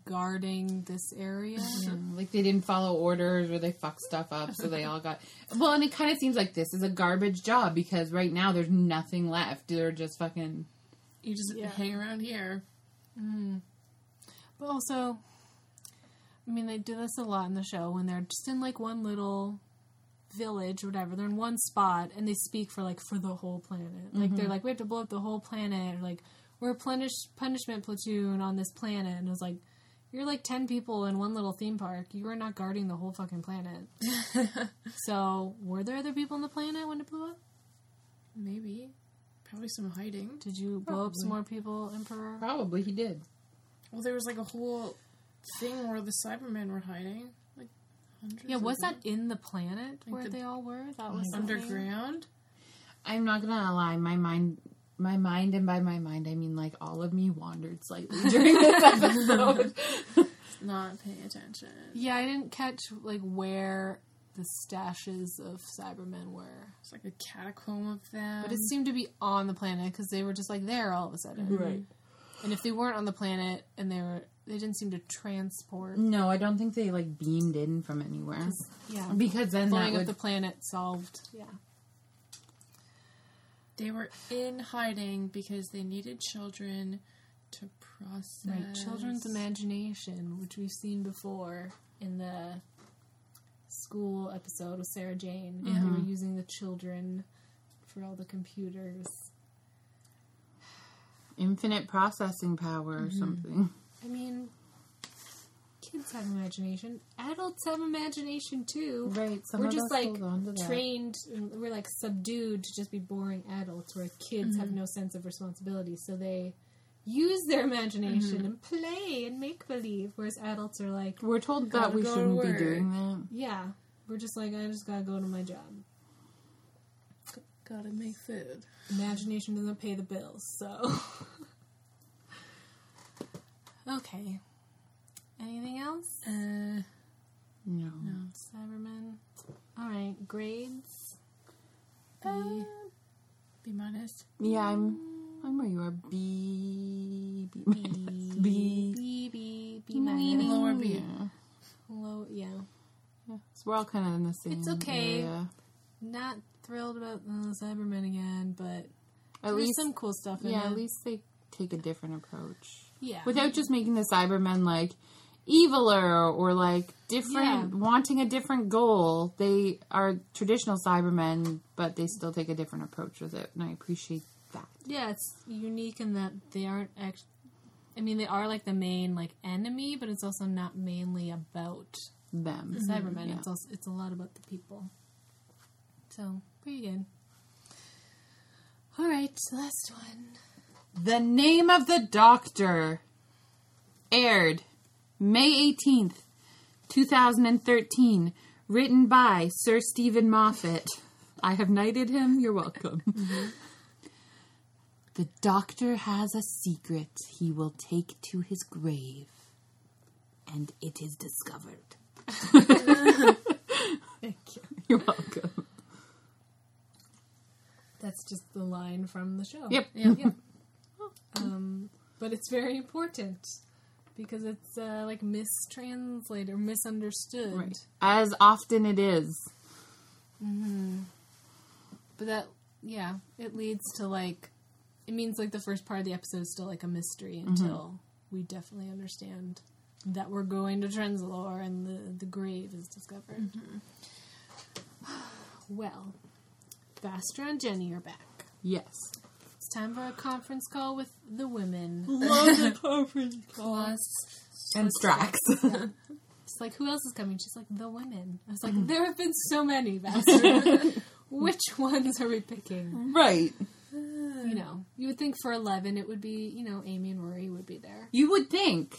Speaker 10: guarding this area.
Speaker 8: Yeah, like they didn't follow orders or they fucked stuff up, so they all got. Well, and it kind of seems like this is a garbage job because right now there's nothing left. They're just fucking.
Speaker 9: You just hang around here.
Speaker 10: But also, I mean, they do this a lot in the show when they're just in like one little village, or whatever. They're in one spot and they speak for like for the whole planet. Like
Speaker 9: Mm-hmm.
Speaker 10: they're like, we have to blow up the whole planet. Or like we're a punish punishment platoon on this planet, and it's like. You're like ten people in one little theme park. You are not guarding the whole fucking planet. so, were there other people on the planet when it blew up?
Speaker 9: Maybe. Probably some hiding.
Speaker 10: Did you blow up some more people, Emperor?
Speaker 8: Probably he did.
Speaker 9: Well, there was like a whole thing where the Cybermen were hiding. Like hundreds
Speaker 10: Yeah,
Speaker 9: of
Speaker 10: was that
Speaker 9: them.
Speaker 10: in the planet where
Speaker 9: the- Mm-hmm.
Speaker 10: they all were? That was something-
Speaker 9: underground?
Speaker 8: I'm not gonna lie. My mind, my mind, and by my mind I mean like all of me wandered slightly during this episode.
Speaker 9: Not paying attention.
Speaker 10: Yeah, I didn't catch like where
Speaker 7: the stashes of Cybermen were.
Speaker 9: It's like a catacomb of them.
Speaker 7: But it seemed to be on the planet because they were just like there all of a sudden. Right. And if they weren't on the planet and they were, they didn't seem to transport.
Speaker 8: No, I don't think they like beamed in from anywhere.
Speaker 7: Yeah.
Speaker 8: Because then that
Speaker 7: Blowing up
Speaker 8: would
Speaker 7: the planet solved. Yeah.
Speaker 9: they were in hiding because they needed children to process.
Speaker 7: Right. Children's imagination, which we've seen before in the school episode with Sarah Jane. They were using the children for all the computers.
Speaker 8: infinite processing power or something.
Speaker 6: I mean, kids have imagination. Adults have imagination too.
Speaker 8: Right. Some
Speaker 6: we're
Speaker 8: of
Speaker 6: just
Speaker 8: us
Speaker 6: like
Speaker 8: hold on to that.
Speaker 6: trained. We're like subdued to just be boring adults, where kids have
Speaker 8: Mm-hmm.
Speaker 6: no sense of responsibility, so they use their imagination
Speaker 8: Mm-hmm.
Speaker 6: and play and make believe. Whereas adults are like,
Speaker 8: We're told that
Speaker 9: Gotta
Speaker 8: we
Speaker 9: go to
Speaker 8: shouldn't be
Speaker 9: work.
Speaker 8: doing that.
Speaker 6: yeah, we're just like, I just gotta go to my job.
Speaker 9: Gotta make food.
Speaker 6: Imagination doesn't pay the bills, so
Speaker 7: Okay. Anything else?
Speaker 9: Uh,
Speaker 8: No.
Speaker 7: Oh, Cybermen. All right. Grades.
Speaker 9: B, B minus.
Speaker 8: Yeah, I'm. I'm where you are. B B minus. B.
Speaker 7: B B B minus.
Speaker 9: Lower B.
Speaker 8: Yeah.
Speaker 7: Low. Yeah.
Speaker 8: Yeah. So we're all kind of in the same.
Speaker 7: It's okay.
Speaker 8: area.
Speaker 7: Not thrilled about the Cybermen again, but
Speaker 8: At
Speaker 7: there's
Speaker 8: least
Speaker 7: some cool stuff in
Speaker 8: Yeah,
Speaker 7: it.
Speaker 8: at least they take a different approach.
Speaker 7: Yeah.
Speaker 8: Without just making the Cybermen like eviler or like different,
Speaker 7: Yeah.
Speaker 8: wanting a different goal. They are traditional Cybermen, but they still take a different approach with it, and I appreciate that.
Speaker 7: yeah, it's unique in that they aren't actually. I mean, they are like the main like enemy, but it's also not mainly about
Speaker 8: Them.
Speaker 7: Cybermen.
Speaker 8: Mm-hmm. Yeah.
Speaker 7: It's also it's a lot about the people. So pretty good. All right, last one.
Speaker 8: The Name of the Doctor aired May 18th, 2013, written by Sir Stephen Moffat. I have knighted him. You're welcome. The doctor has a secret he will take to his grave, and it is discovered. Thank you. You're welcome.
Speaker 6: that's just the line from the show.
Speaker 8: Yep.
Speaker 7: Oh.
Speaker 6: Um, but it's very important because it's uh, like mistranslated or misunderstood.
Speaker 8: Right. As often it is.
Speaker 7: But that yeah, it leads to like it means like the first part of the episode is still like a mystery
Speaker 8: Mm-hmm.
Speaker 7: until we definitely understand that we're going to Trenzalore and the the grave is discovered.
Speaker 8: Mm-hmm.
Speaker 7: Well, Vastra and Jenny are back.
Speaker 8: Yes.
Speaker 7: It's time for a conference call with the women.
Speaker 9: Plus,
Speaker 8: and Strax.
Speaker 7: It's like, who else is coming? She's like, the women. I was like, there have been so many, Vastra. Which ones are we picking?
Speaker 8: right.
Speaker 7: you know, you would think for 11 it would be, you know, Amy and Rory would be there.
Speaker 8: You would think,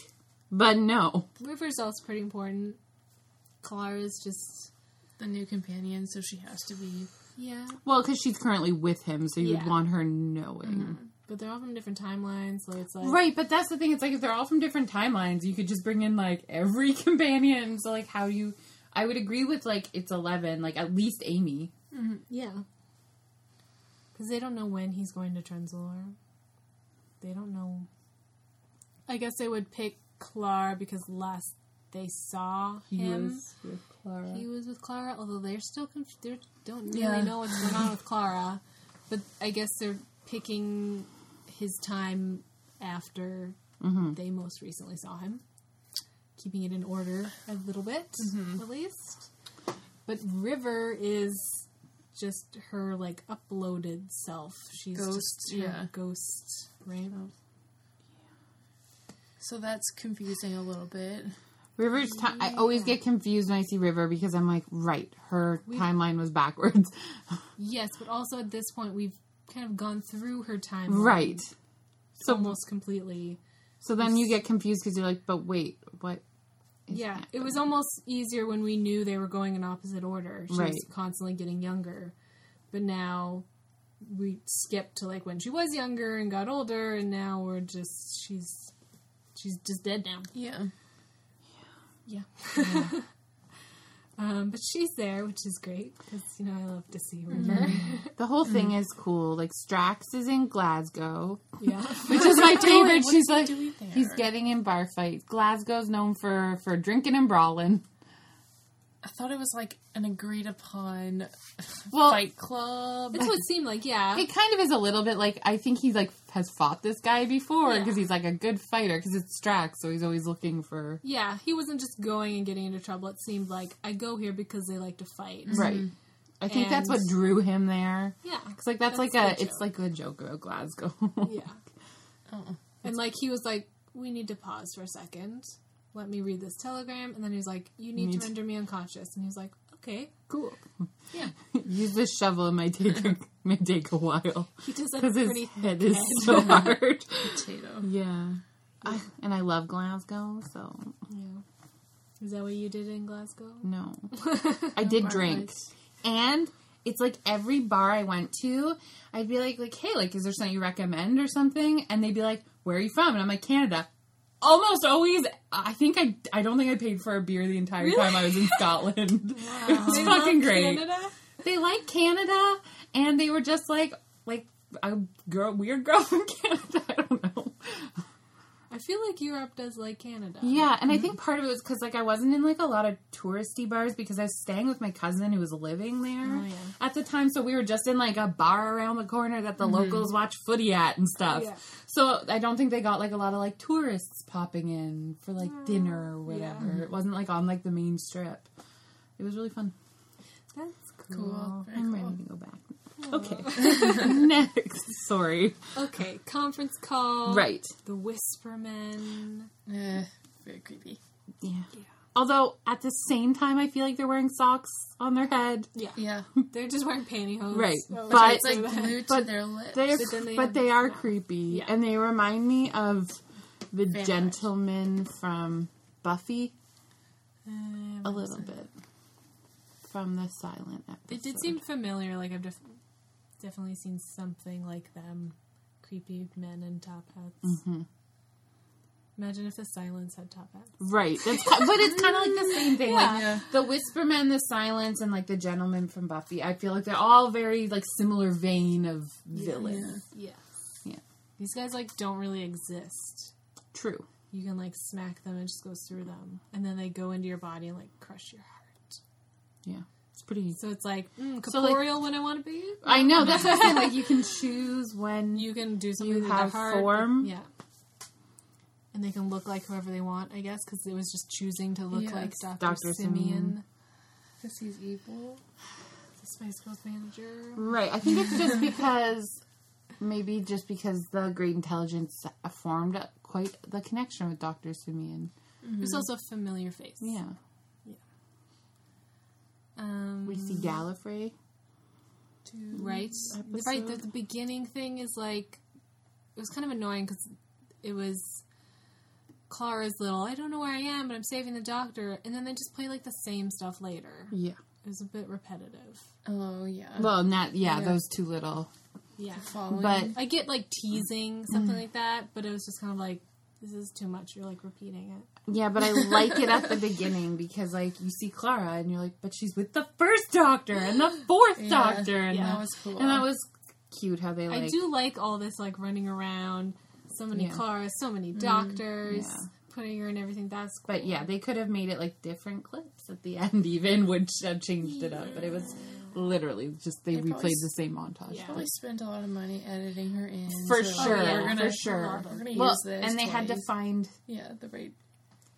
Speaker 8: but no.
Speaker 7: River's also pretty important. Clara's just,
Speaker 9: the new companion, so she has to be.
Speaker 7: yeah.
Speaker 8: Well, because she's currently with him, so you
Speaker 7: Yeah. Mm-hmm.
Speaker 8: would want her knowing.
Speaker 7: But they're all from different timelines, so it's like,
Speaker 8: Right, but that's the thing. It's like if they're all from different timelines, you could just bring in like every companion. So, like, how do you. I would agree with like it's 11, like at least Amy.
Speaker 7: yeah. Because they don't know when he's going to Trenzalore. They don't know. I guess they would pick Clara because last they saw him,
Speaker 8: with Clara.
Speaker 7: He was with Clara, although they're still conf- they don't really
Speaker 9: Yeah.
Speaker 7: know what's going on with Clara. But I guess they're picking his time after
Speaker 9: Mm-hmm.
Speaker 7: they most recently saw him, keeping it in order a little bit
Speaker 9: Mm-hmm.
Speaker 7: at least. But River is just her like uploaded self. She's
Speaker 9: Ghost,
Speaker 7: just her
Speaker 9: yeah. Oh.
Speaker 7: ghost, right?
Speaker 9: So that's confusing a little bit.
Speaker 8: River's time. I always get confused when I see River because I'm like, right, her timeline was backwards.
Speaker 7: Yes, but also at this point we've kind of gone through her time
Speaker 8: right.
Speaker 7: almost completely.
Speaker 8: So then you get confused because you're like, but wait, what? is
Speaker 7: Yeah, it
Speaker 8: happening?
Speaker 7: was almost easier when we knew they were going in opposite order. She was
Speaker 8: Right.
Speaker 7: constantly getting younger, but now we skipped to like when she was younger and got older, and now we're just she's she's just dead now.
Speaker 9: Yeah.
Speaker 7: Yeah. Um, but she's there, which is great because you know I love to see River.
Speaker 8: Mm-hmm. The whole thing
Speaker 7: Mm-hmm.
Speaker 8: is cool. Like Strax is in Glasgow,
Speaker 7: yeah,
Speaker 8: which is my favorite.
Speaker 9: What's
Speaker 8: She's
Speaker 9: he
Speaker 8: like,
Speaker 9: doing there?
Speaker 8: he's getting in bar fights. Glasgow's known for for drinking and brawling.
Speaker 9: I thought it was like an agreed upon
Speaker 8: Well,
Speaker 9: fight club.
Speaker 7: that's what it seemed like. Yeah,
Speaker 8: it kind of is a little bit like I think he's like has fought this guy before because he's like a good fighter because it's Strax, so he's always looking for
Speaker 7: yeah. He wasn't just going and getting into trouble. It seemed like I go here because they like to fight.
Speaker 8: right. I think that's what
Speaker 7: Mm-hmm. And-
Speaker 8: drew him there.
Speaker 7: Yeah,
Speaker 8: It's like that's, like
Speaker 7: the
Speaker 8: a it's like a joke about Glasgow.
Speaker 7: Yeah. And like he was like, we need to pause for a second. Let me read this telegram. And then he was like, you need to render me unconscious. And he was like, okay, cool.
Speaker 8: Use this shovel. It might take a, might take a while
Speaker 7: He does that
Speaker 8: because his
Speaker 7: pretty.
Speaker 8: head is so hard.
Speaker 9: potato.
Speaker 8: yeah, I, and I love Glasgow, so
Speaker 7: Is that what you did in Glasgow?
Speaker 8: No. I did drink. And it's like every bar I went to, I'd be like, like, hey, like, is there something you recommend or something? And they'd be like, where are you from? And I'm like, Canada. Almost always, I think I, I don't think I paid for a beer the entire time I was in Scotland. It was fucking great.
Speaker 7: Canada?
Speaker 8: They like Canada, and they were just like, like a girl, weird girl from Canada. I don't know.
Speaker 7: I feel like Europe does like Canada.
Speaker 8: Yeah, and I think part of it was because like I wasn't in like a lot of touristy bars because I was staying with my cousin who was living there at the time. So we were just in like a bar around the corner that the locals watch footy at and stuff.
Speaker 7: Yeah.
Speaker 8: So I don't think they got like a lot of like tourists popping in for like dinner or
Speaker 7: yeah.
Speaker 8: whatever. It wasn't like on like the main strip. It was really fun.
Speaker 7: That's cool.
Speaker 9: Cool. Very
Speaker 8: I'm
Speaker 9: cool.
Speaker 8: ready to go back. Okay. Next. Sorry.
Speaker 7: Okay, conference call.
Speaker 8: Right.
Speaker 7: The Whispermen.
Speaker 9: Eh, very creepy.
Speaker 8: Yeah. Although at the same time, I feel like they're wearing socks on their head.
Speaker 7: Yeah.
Speaker 9: Yeah.
Speaker 7: They're just wearing pantyhose.
Speaker 8: Right.
Speaker 7: So-
Speaker 8: But-
Speaker 9: it's like glued to their lips.
Speaker 8: They are,
Speaker 7: But then they
Speaker 8: but
Speaker 7: have-
Speaker 8: they are creepy,
Speaker 7: Yeah.
Speaker 8: and they remind me of the
Speaker 9: Vampires.
Speaker 8: gentleman from Buffy
Speaker 7: Um,
Speaker 8: a little bit from the silent episode.
Speaker 7: They did seem familiar. Like, I've def- definitely seen something like them. Creepy men in top hats. Imagine if the silence had top hats.
Speaker 8: right. That's ki- but it's kind of like the same thing. Like
Speaker 9: Yeah.
Speaker 8: the Whisperman, the Silence, and like the gentleman from Buffy. I feel like they're all very like similar vein of villain.
Speaker 7: Yes.
Speaker 8: Yeah.
Speaker 7: These guys, like, don't really exist.
Speaker 8: True.
Speaker 7: You can, like, smack them and it just goes through them. And then they go into your body and, like, crush your heart.
Speaker 8: Yeah. It's pretty.
Speaker 7: So it's like, mm,
Speaker 8: So, like-
Speaker 7: corporeal when I want to be.
Speaker 8: I know that's what I'm saying. Like you can choose when
Speaker 7: You can do something
Speaker 8: You
Speaker 7: with
Speaker 8: have
Speaker 7: their heart.
Speaker 8: form.
Speaker 7: Yeah. And they can look like whoever they want, I guess, because it was just choosing to look
Speaker 9: Yes.
Speaker 7: like Dr.
Speaker 8: Dr.
Speaker 7: Simeon,
Speaker 8: Simeon.
Speaker 9: Because he's evil.
Speaker 7: the Spice Girls manager.
Speaker 8: Right. I think it's just because maybe just because the great intelligence formed quite the connection with Dr. Simeon.
Speaker 7: Who's also a familiar face.
Speaker 8: Mm-hmm. Yeah.
Speaker 7: Um,
Speaker 8: We see Gallifrey.
Speaker 7: right? Right. The, the beginning thing is like it was kind of annoying because it was Clara's little. I don't know where I am, but I'm saving the doctor, and then they just play like the same stuff later.
Speaker 8: Yeah.
Speaker 7: It was a bit repetitive.
Speaker 9: Oh, yeah.
Speaker 8: Well, not yeah, those two little.
Speaker 7: Yeah,
Speaker 9: Following.
Speaker 8: But
Speaker 7: I get like teasing something
Speaker 8: Mm-hmm.
Speaker 7: like that, but it was just kind of like this is too much. You're like repeating it.
Speaker 8: yeah, but I like it at the beginning because like you see Clara and you're like, but she's with the first doctor and the fourth doctor and
Speaker 9: that
Speaker 8: that
Speaker 9: was cool.
Speaker 8: and that was cute how they like
Speaker 7: I do like all this like running around. So many
Speaker 8: Yeah. Mm,
Speaker 7: Claras, so many doctors,
Speaker 8: yeah.
Speaker 7: putting her in everything. That's cool.
Speaker 8: But yeah, they could have made it like different clips at the end, even which have changed it up. But it was literally just they, replayed
Speaker 9: probably
Speaker 8: the same montage.
Speaker 7: Yeah.
Speaker 9: Probably spent a lot of money editing her in.
Speaker 8: For
Speaker 9: so oh,
Speaker 8: sure,
Speaker 9: We're gonna,
Speaker 8: for sure.
Speaker 9: We're gonna
Speaker 8: Well,
Speaker 9: use this.
Speaker 8: and they had to
Speaker 9: twice.
Speaker 8: find
Speaker 9: Yeah, the right.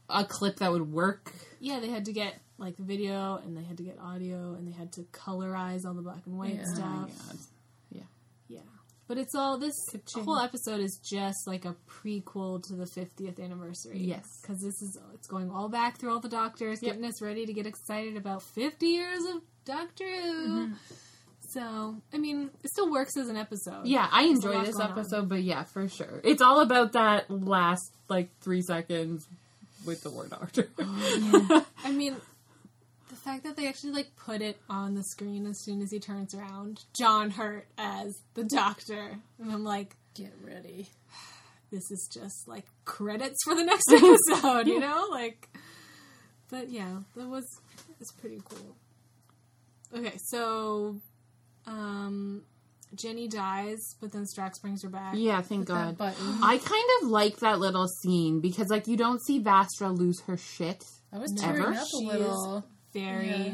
Speaker 8: a clip that would work.
Speaker 7: yeah, they had to get like video and they had to get audio and they had to colorize all the black and white
Speaker 9: Yeah. Oh
Speaker 8: Oh my
Speaker 7: stuff.
Speaker 8: God.
Speaker 7: yeah. But it's all this whole episode is just like a prequel to the 50th anniversary.
Speaker 8: Yes.
Speaker 7: Cuz this is it's going all back through all the doctors getting us ready to get excited about 50 years of Doctor Who.
Speaker 8: Mm-hmm.
Speaker 7: So, I mean, it still works as an episode.
Speaker 8: Yeah, I
Speaker 7: a
Speaker 8: enjoyed
Speaker 7: lot
Speaker 8: this
Speaker 7: going on.
Speaker 8: episode, but yeah, for sure, it's all about that last like three seconds with the War Doctor.
Speaker 7: I mean, the fact that they actually like put it on the screen as soon as he turns around, John Hurt as the doctor. And I'm like,
Speaker 9: Get ready.
Speaker 7: this is just like credits for the next episode, you know? Like, but yeah, that was
Speaker 6: It's pretty cool.
Speaker 7: Okay, so um Jenny dies, but then Strax brings her back.
Speaker 8: Yeah, thank
Speaker 9: That
Speaker 8: God.
Speaker 9: button.
Speaker 8: I kind of like that little scene because, like, you don't see Vastra lose her shit.
Speaker 9: I was tearing
Speaker 8: Ever?
Speaker 9: up a
Speaker 7: She is
Speaker 9: little.
Speaker 7: Very
Speaker 9: Yeah.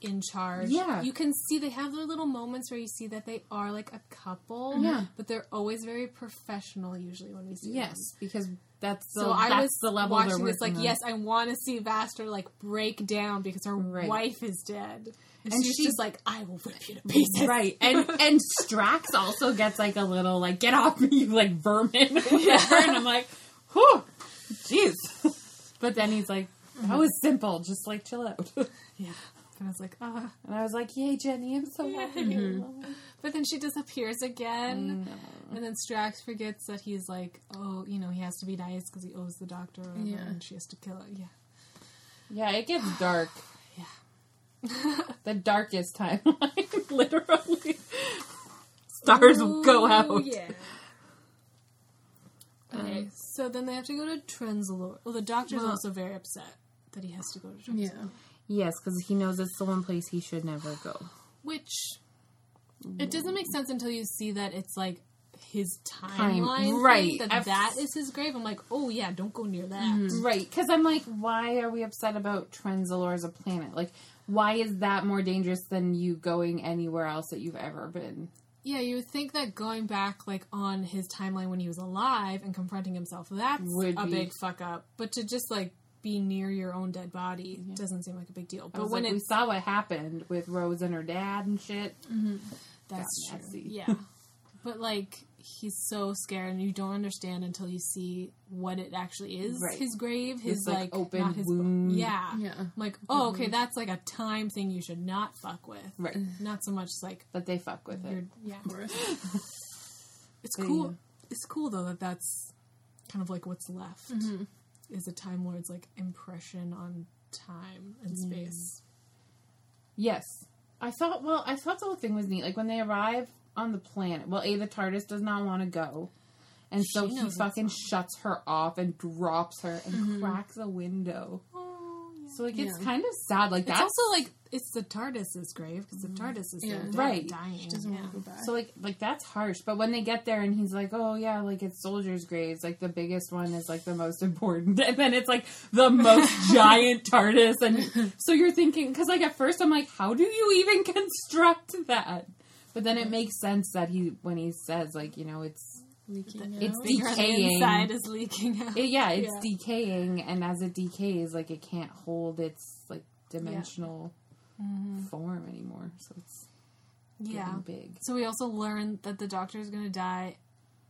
Speaker 7: in charge.
Speaker 8: Yeah.
Speaker 7: You can see they have their little moments where you see that they are like a couple.
Speaker 8: Yeah.
Speaker 7: But they're always very professional usually when we see them.
Speaker 8: Yes, because that's the,
Speaker 7: So I
Speaker 8: that's
Speaker 7: was
Speaker 8: the level they're
Speaker 7: watching this like,
Speaker 8: working on.
Speaker 7: yes, I want to see Vaster like break down because her
Speaker 8: Right.
Speaker 7: wife is dead, and,
Speaker 8: And
Speaker 7: she's
Speaker 8: she-
Speaker 7: just like, I will rip you to pieces.
Speaker 8: Right. And and Strax also gets like a little like get off me you like vermin. and I'm like, whew, jeez. But then he's like, that was simple, just like chill out. And
Speaker 7: Yeah. And I was like, ah.
Speaker 8: I was like, Yay Jenny, I'm so happy. you
Speaker 7: But then she disappears again,
Speaker 8: Mm-hmm.
Speaker 7: and then Strax forgets that he's like, oh, you know, he has to be nice because he owes the doctor, or whatever,
Speaker 9: Yeah.
Speaker 7: and she has to kill it. Yeah.
Speaker 8: Yeah, it gets dark. yeah. the darkest timeline, literally. Stars go
Speaker 7: Oh
Speaker 8: out. Uh,
Speaker 7: yeah. Okay, so then they have to go to Trenzalore. Well, the doctor's also very upset that he has to go to Trenzalore,
Speaker 9: Yeah.
Speaker 8: Yes, because he knows it's the one place he should never go.
Speaker 7: which it doesn't make sense until you see that it's like his
Speaker 8: Time,
Speaker 7: timeline, thing,
Speaker 8: right.
Speaker 7: That
Speaker 8: I've-
Speaker 7: that is his grave. I'm like, oh yeah, don't go near that.
Speaker 8: Right, because I'm like, why are we upset about Trenzalore as a planet? Like, why is that more dangerous than you going anywhere else that you've ever been?
Speaker 7: Yeah, you would think that going back like on his timeline when he was alive and confronting himself, that's
Speaker 8: Would
Speaker 7: a
Speaker 8: be.
Speaker 7: big fuck up. But to just like be near your own dead body doesn't seem like a big deal.
Speaker 8: I
Speaker 7: But
Speaker 8: was
Speaker 7: when
Speaker 8: like, we
Speaker 7: it's
Speaker 8: saw what happened with Rose and her dad and shit.
Speaker 7: that's
Speaker 8: got
Speaker 7: true.
Speaker 8: messy.
Speaker 7: Yeah. but like he's so scared and you don't understand until you see what it actually is.
Speaker 8: Right.
Speaker 7: His grave, his
Speaker 8: This,
Speaker 7: like,
Speaker 8: like, open
Speaker 7: not his
Speaker 8: wound.
Speaker 7: Yeah.
Speaker 9: Yeah.
Speaker 7: I'm like, oh okay, that's like a time thing you should not fuck with.
Speaker 8: Right,
Speaker 7: Not so much like
Speaker 8: but they fuck with
Speaker 7: you're
Speaker 8: it.
Speaker 7: yeah.
Speaker 9: Worth.
Speaker 7: It's
Speaker 8: But,
Speaker 7: cool.
Speaker 8: yeah.
Speaker 7: It's cool though that that's kind of like what's left
Speaker 9: Mm-hmm.
Speaker 7: is a Time Lord's like impression on time
Speaker 9: Mm.
Speaker 7: and space.
Speaker 8: Yes, I thought. Well, I thought the whole thing was neat. Like when they arrive on the planet. Well, a the TARDIS does not want to go, and so
Speaker 7: She
Speaker 8: he
Speaker 7: knows that's
Speaker 8: fucking shuts her off and drops her and
Speaker 7: Mm-hmm.
Speaker 8: cracks a window. So like it's kind of sad. Like
Speaker 7: Oh, It's
Speaker 8: that's
Speaker 7: also like it's the TARDIS's grave because the TARDIS is
Speaker 9: Mm. Yeah.
Speaker 7: there, dead,
Speaker 8: Right.
Speaker 7: dying.
Speaker 9: Doesn't
Speaker 7: yeah.
Speaker 9: want to go back.
Speaker 8: So like like that's harsh. But when they get there and he's like, Oh yeah, like it's soldiers' graves, like the biggest one is like the most important and then it's like the most giant TARDIS and so you're thinking because like at first I'm like, How do you even construct that? But then it makes sense that he when he says like, you know, it's
Speaker 9: Leaking
Speaker 8: it's
Speaker 9: out.
Speaker 7: The earth
Speaker 8: decaying.
Speaker 7: inside is leaking out.
Speaker 8: it- yeah, it's
Speaker 7: Yeah.
Speaker 8: decaying and as it decays, like it can't hold its like dimensional form anymore. So it's
Speaker 7: Mm-hmm. yeah.
Speaker 8: getting big.
Speaker 7: So we also learned that the Doctor is going to die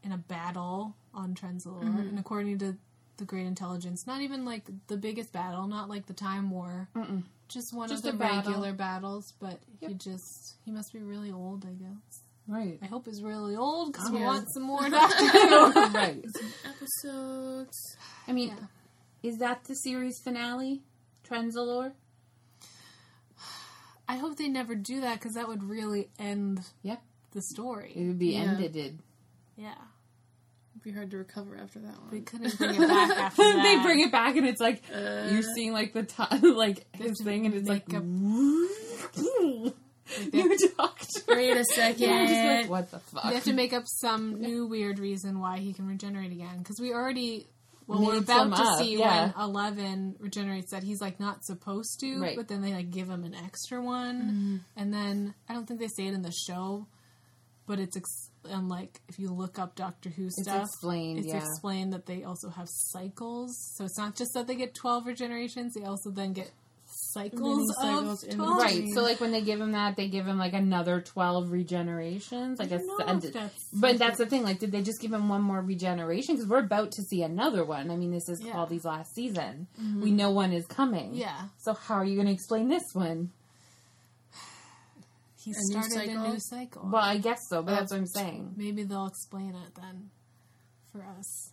Speaker 7: in a battle on Trenzalore, and according to the Great Intelligence, not even like the biggest battle, not like the Time War, just one
Speaker 8: Just
Speaker 7: of
Speaker 8: a
Speaker 7: the
Speaker 8: battle.
Speaker 7: regular battles. But he
Speaker 8: Yep.
Speaker 7: just he must be really old, I guess.
Speaker 8: Right.
Speaker 7: I hope he's really old because we
Speaker 8: Yeah.
Speaker 7: want some more Doctor.
Speaker 8: right.
Speaker 9: episodes.
Speaker 8: I mean,
Speaker 7: Yeah.
Speaker 8: is that the series finale, Trenzalore?
Speaker 7: I hope they never do that because that would really end
Speaker 8: Yeah,
Speaker 7: the
Speaker 8: it
Speaker 7: story.
Speaker 8: would be
Speaker 9: Yeah.
Speaker 8: ended.
Speaker 7: Yeah,
Speaker 9: It'd be hard to recover after that
Speaker 7: we
Speaker 9: one.
Speaker 7: couldn't bring it back after that.
Speaker 8: they bring it back, and it's like you're seeing like the top, like his thing, and it's like
Speaker 7: makeup.
Speaker 8: new doctor.
Speaker 9: Wait a second.
Speaker 8: I'm just like, what the fuck?
Speaker 7: They have to make up some new weird reason why he can regenerate again. Because we already, well, we're
Speaker 8: Made
Speaker 7: about
Speaker 8: some
Speaker 7: to
Speaker 8: up,
Speaker 7: see
Speaker 8: yeah.
Speaker 7: when Eleven regenerates that he's like not supposed to,
Speaker 8: Right.
Speaker 7: but then they like give him an extra one, and then I don't think they say it in the show, but it's ex- and like if you look up Doctor Who stuff,
Speaker 8: explained,
Speaker 7: It's
Speaker 8: yeah.
Speaker 7: explained that they also have cycles, so it's not just that they get twelve regenerations; they also then get cycles
Speaker 9: cycles
Speaker 7: of
Speaker 9: in
Speaker 7: twelve.
Speaker 8: Right, so like when they give him that, they give him like another twelve regenerations. Like I
Speaker 7: don't know if that's-
Speaker 8: but that's the thing. Like, did they just give him one more regeneration? Because we're about to see another one. I mean, this is
Speaker 7: Yeah.
Speaker 8: all these last season. We know one is coming.
Speaker 7: Yeah.
Speaker 8: So how are you going to explain this one?
Speaker 7: he
Speaker 9: new
Speaker 7: started a
Speaker 9: cycle?
Speaker 7: new cycle.
Speaker 8: Well, I guess so, but that's what I'm saying.
Speaker 7: Maybe they'll explain it then for us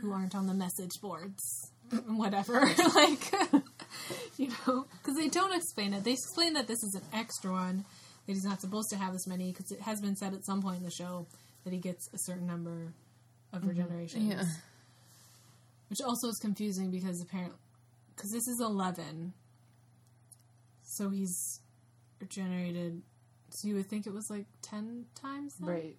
Speaker 7: who aren't on the message boards and whatever. like, you know, because they don't explain it. They explain that this is an extra one. That he's not supposed to have this many because it has been said at some point in the show that he gets a certain number of regenerations,
Speaker 9: Yeah.
Speaker 7: which also is confusing because apparently, because this is eleven. So he's regenerated. So you would think it was like ten times, then?
Speaker 8: Right.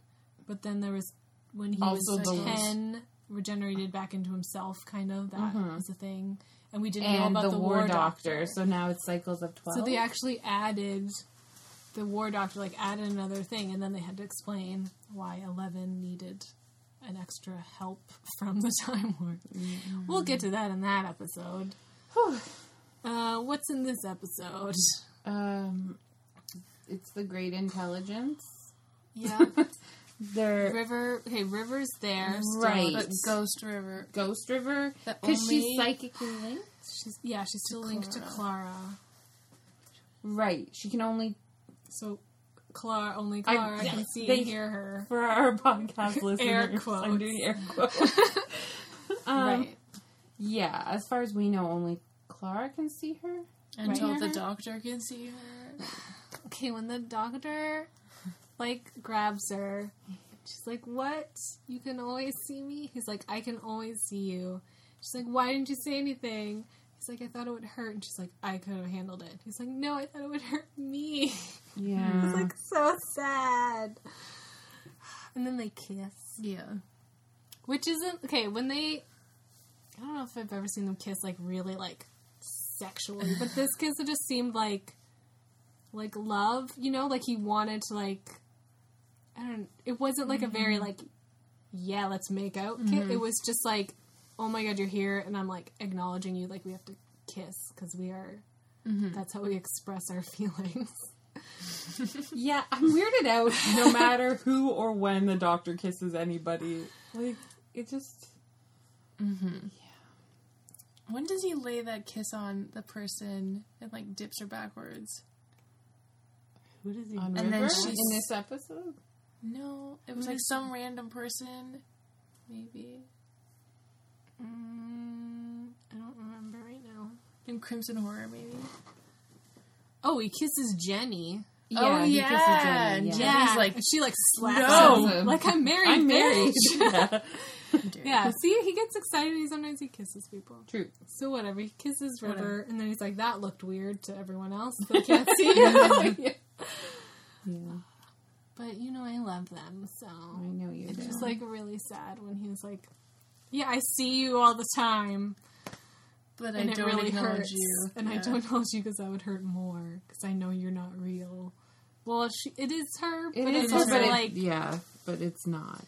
Speaker 7: But then there was when he
Speaker 8: Also
Speaker 7: was
Speaker 8: the-
Speaker 7: ten, regenerated back into himself. Kind of that was a thing, and we didn't know
Speaker 8: Mm-hmm. And
Speaker 7: about
Speaker 8: the, war, doctor.
Speaker 7: doctor.
Speaker 8: So now it's cycles of twelve.
Speaker 7: So they actually added the war doctor, like added another thing, and then they had to explain why Eleven needed an extra help from the Time Lord.
Speaker 8: Mm-hmm.
Speaker 7: We'll get to that in that episode. Uh, what's in this episode?
Speaker 8: um, it's the great intelligence.
Speaker 7: Yeah,
Speaker 8: They're
Speaker 7: River. Okay, River's there. still.
Speaker 8: right.
Speaker 9: But Ghost River.
Speaker 8: Ghost River
Speaker 9: The
Speaker 8: because
Speaker 9: only-
Speaker 8: she's psychically linked.
Speaker 7: She's yeah, she's still linked to Clara.
Speaker 8: Right. She can only
Speaker 7: So Clara only
Speaker 8: I-
Speaker 7: Clara
Speaker 8: yeah,
Speaker 7: can see
Speaker 8: they-
Speaker 7: and hear her.
Speaker 8: for our podcast listeners.
Speaker 7: quotes.
Speaker 8: I'm doing air quotes. um,
Speaker 7: right.
Speaker 8: Yeah. As far as we know, only Clara can see her.
Speaker 9: Until
Speaker 8: Right.
Speaker 9: the doctor can see her.
Speaker 7: Okay, when the doctor like grabs her, she's like, "What? You can always see me?" He's like, "I can always see you." She's like, "Why didn't you say anything?" He's like, "I thought it would hurt," and she's like, "I could have handled it." He's like, "No, I thought it would hurt me."
Speaker 8: Yeah.
Speaker 7: It's like so sad. And then they kiss,
Speaker 9: Yeah.
Speaker 7: which isn't okay. When they, I don't know if I've ever seen them kiss like really like sexually, but this kiss it just seemed like like love, you know, like he wanted to like I don't. It wasn't like a very like yeah, let's make out. ki- It was just like oh my god, you're here, and I'm like acknowledging you. Like we have to kiss because we are. That's how we express our feelings.
Speaker 8: Yeah, I'm weirded out no matter who or when the doctor kisses anybody. Like, it just.
Speaker 9: When does he lay that kiss on the person and like dips her backwards?
Speaker 7: Who does he?
Speaker 8: On
Speaker 9: And then
Speaker 8: River
Speaker 9: she's-
Speaker 8: in this episode?
Speaker 9: No, it was like some random person. Maybe.
Speaker 7: Mm, I don't remember right now.
Speaker 9: In Crimson Horror, maybe.
Speaker 7: Oh, he kisses Jenny.
Speaker 9: oh,
Speaker 8: he
Speaker 9: yeah.
Speaker 8: kisses Jenny,
Speaker 9: And
Speaker 8: yeah.
Speaker 9: Jenny's like,
Speaker 7: and she like slaps
Speaker 9: "No!"
Speaker 7: him. Like I'm married.
Speaker 8: I'm married.
Speaker 7: married.
Speaker 8: yeah.
Speaker 7: yeah. See, he gets excited. and Sometimes he kisses people.
Speaker 8: True.
Speaker 7: So whatever. He kisses River, and then he's like, "That looked weird to everyone else. They can't see." it." But you know, I love them so.
Speaker 8: I know you do.
Speaker 7: It's just like really sad when he was like, "Yeah, I see you all the time,
Speaker 9: but I
Speaker 7: and it
Speaker 9: don't
Speaker 7: really
Speaker 9: acknowledge
Speaker 7: hurts,
Speaker 9: you.
Speaker 7: and I
Speaker 9: Yeah.
Speaker 7: don't acknowledge you because that would hurt more because I know you're not real." Well, she, it is her,
Speaker 8: It
Speaker 7: but
Speaker 8: is,
Speaker 7: it's
Speaker 8: but
Speaker 7: also
Speaker 8: it-
Speaker 7: like
Speaker 8: yeah, but it's not.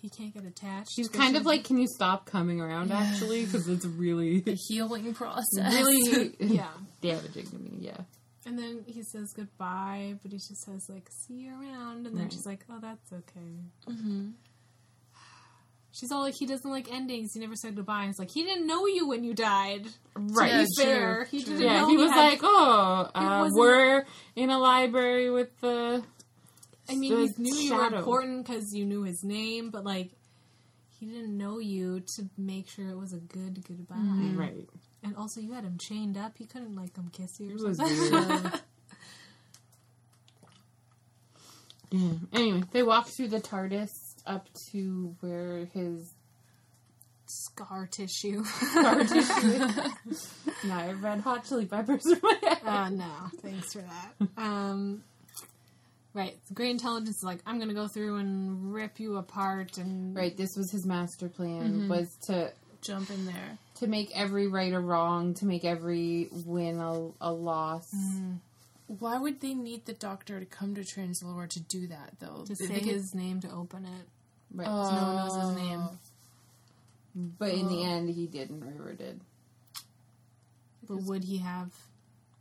Speaker 7: he can't get attached.
Speaker 8: She's kind of like, can you stop coming around, actually? Because it's really,
Speaker 9: The healing process.
Speaker 8: really
Speaker 7: yeah.
Speaker 8: damaging to me, yeah.
Speaker 7: And then he says goodbye, but he just says like "see you around," and
Speaker 8: Right.
Speaker 7: then
Speaker 8: Mm-hmm.
Speaker 7: she's like, "Oh, that's okay." She's all like, "He doesn't like endings. He never said goodbye." And it's like he didn't know you when you died.
Speaker 8: Right.
Speaker 9: Yeah,
Speaker 7: He's fair. He didn't
Speaker 8: Yeah,
Speaker 7: know
Speaker 8: he
Speaker 7: you
Speaker 8: was
Speaker 7: had-
Speaker 8: like, oh, uh,
Speaker 7: wasn't-
Speaker 8: we're in a library with the.
Speaker 7: I mean, he
Speaker 8: the
Speaker 7: knew you were
Speaker 8: shadow.
Speaker 7: important because you knew his name, but like, he didn't know you to make sure it was a good goodbye.
Speaker 8: Right.
Speaker 7: And also, you had him chained up. He couldn't like come kiss you or
Speaker 8: It was
Speaker 7: something.
Speaker 8: weird. yeah. Anyway, they walk through the TARDIS up to where his
Speaker 7: Scar tissue.
Speaker 8: scar tissue is. Now I red hot chili peppers in my head.
Speaker 7: uh, no, thanks for that. Um, right, the Great Intelligence is like, I'm gonna go through and rip you apart and
Speaker 8: Right, this was his master plan
Speaker 7: Mm-hmm.
Speaker 8: was to
Speaker 9: Jump in there.
Speaker 8: to make every right a wrong, to make every win a, a loss.
Speaker 7: Mm-hmm.
Speaker 9: Why would they need the doctor to come to Translore to do that, though?
Speaker 7: to say
Speaker 9: Because-
Speaker 7: his name to open it.
Speaker 8: Right.
Speaker 9: Oh.
Speaker 8: So-
Speaker 9: no one knows his name.
Speaker 8: but in
Speaker 7: Oh.
Speaker 8: the end he didn't, River did.
Speaker 7: But would he have?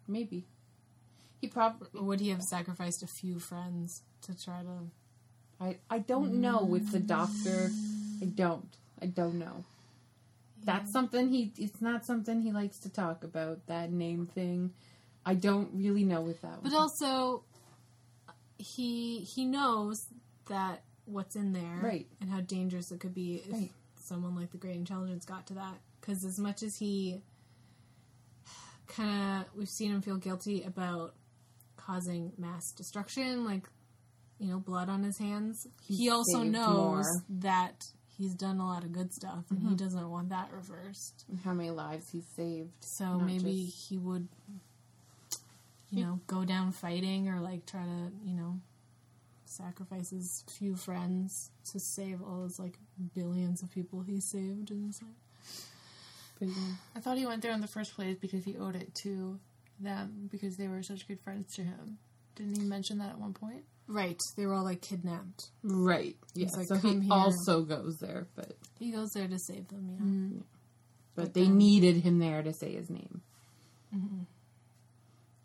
Speaker 8: Maybe. He probably
Speaker 7: Would he have sacrificed a few friends to try to?
Speaker 8: I, I don't know with the doctor. I don't. I don't know. That's something he. It's not something he likes to talk about. That name thing. I don't really know with that
Speaker 7: But
Speaker 8: one.
Speaker 7: also, he he knows that what's in there,
Speaker 8: Right.
Speaker 7: and how dangerous it could be if
Speaker 8: Right.
Speaker 7: someone like the Great Intelligence got to that. Because as much as he kind of, we've seen him feel guilty about causing mass destruction, like you know, blood on his hands. he also
Speaker 8: saved
Speaker 7: knows
Speaker 8: more. Mm-hmm.
Speaker 7: that he's done a lot of good stuff, and he doesn't want that reversed.
Speaker 8: How many lives he saved?
Speaker 7: So
Speaker 8: Not
Speaker 7: maybe
Speaker 8: just-
Speaker 7: he would you know, go down fighting or like try to, you know, sacrifice his few friends to save all those like billions of people he saved and it's like
Speaker 6: But yeah.
Speaker 9: I thought he went there in the first place because he owed it to them because they were such good friends to him. Didn't he mention that at one point?
Speaker 7: Right. They were all like kidnapped.
Speaker 8: Right. Yeah.
Speaker 7: like,
Speaker 8: so
Speaker 7: "Come
Speaker 8: he
Speaker 7: here."
Speaker 8: also goes there, but
Speaker 7: He goes there to save them, yeah.
Speaker 8: but they needed him there to say his name.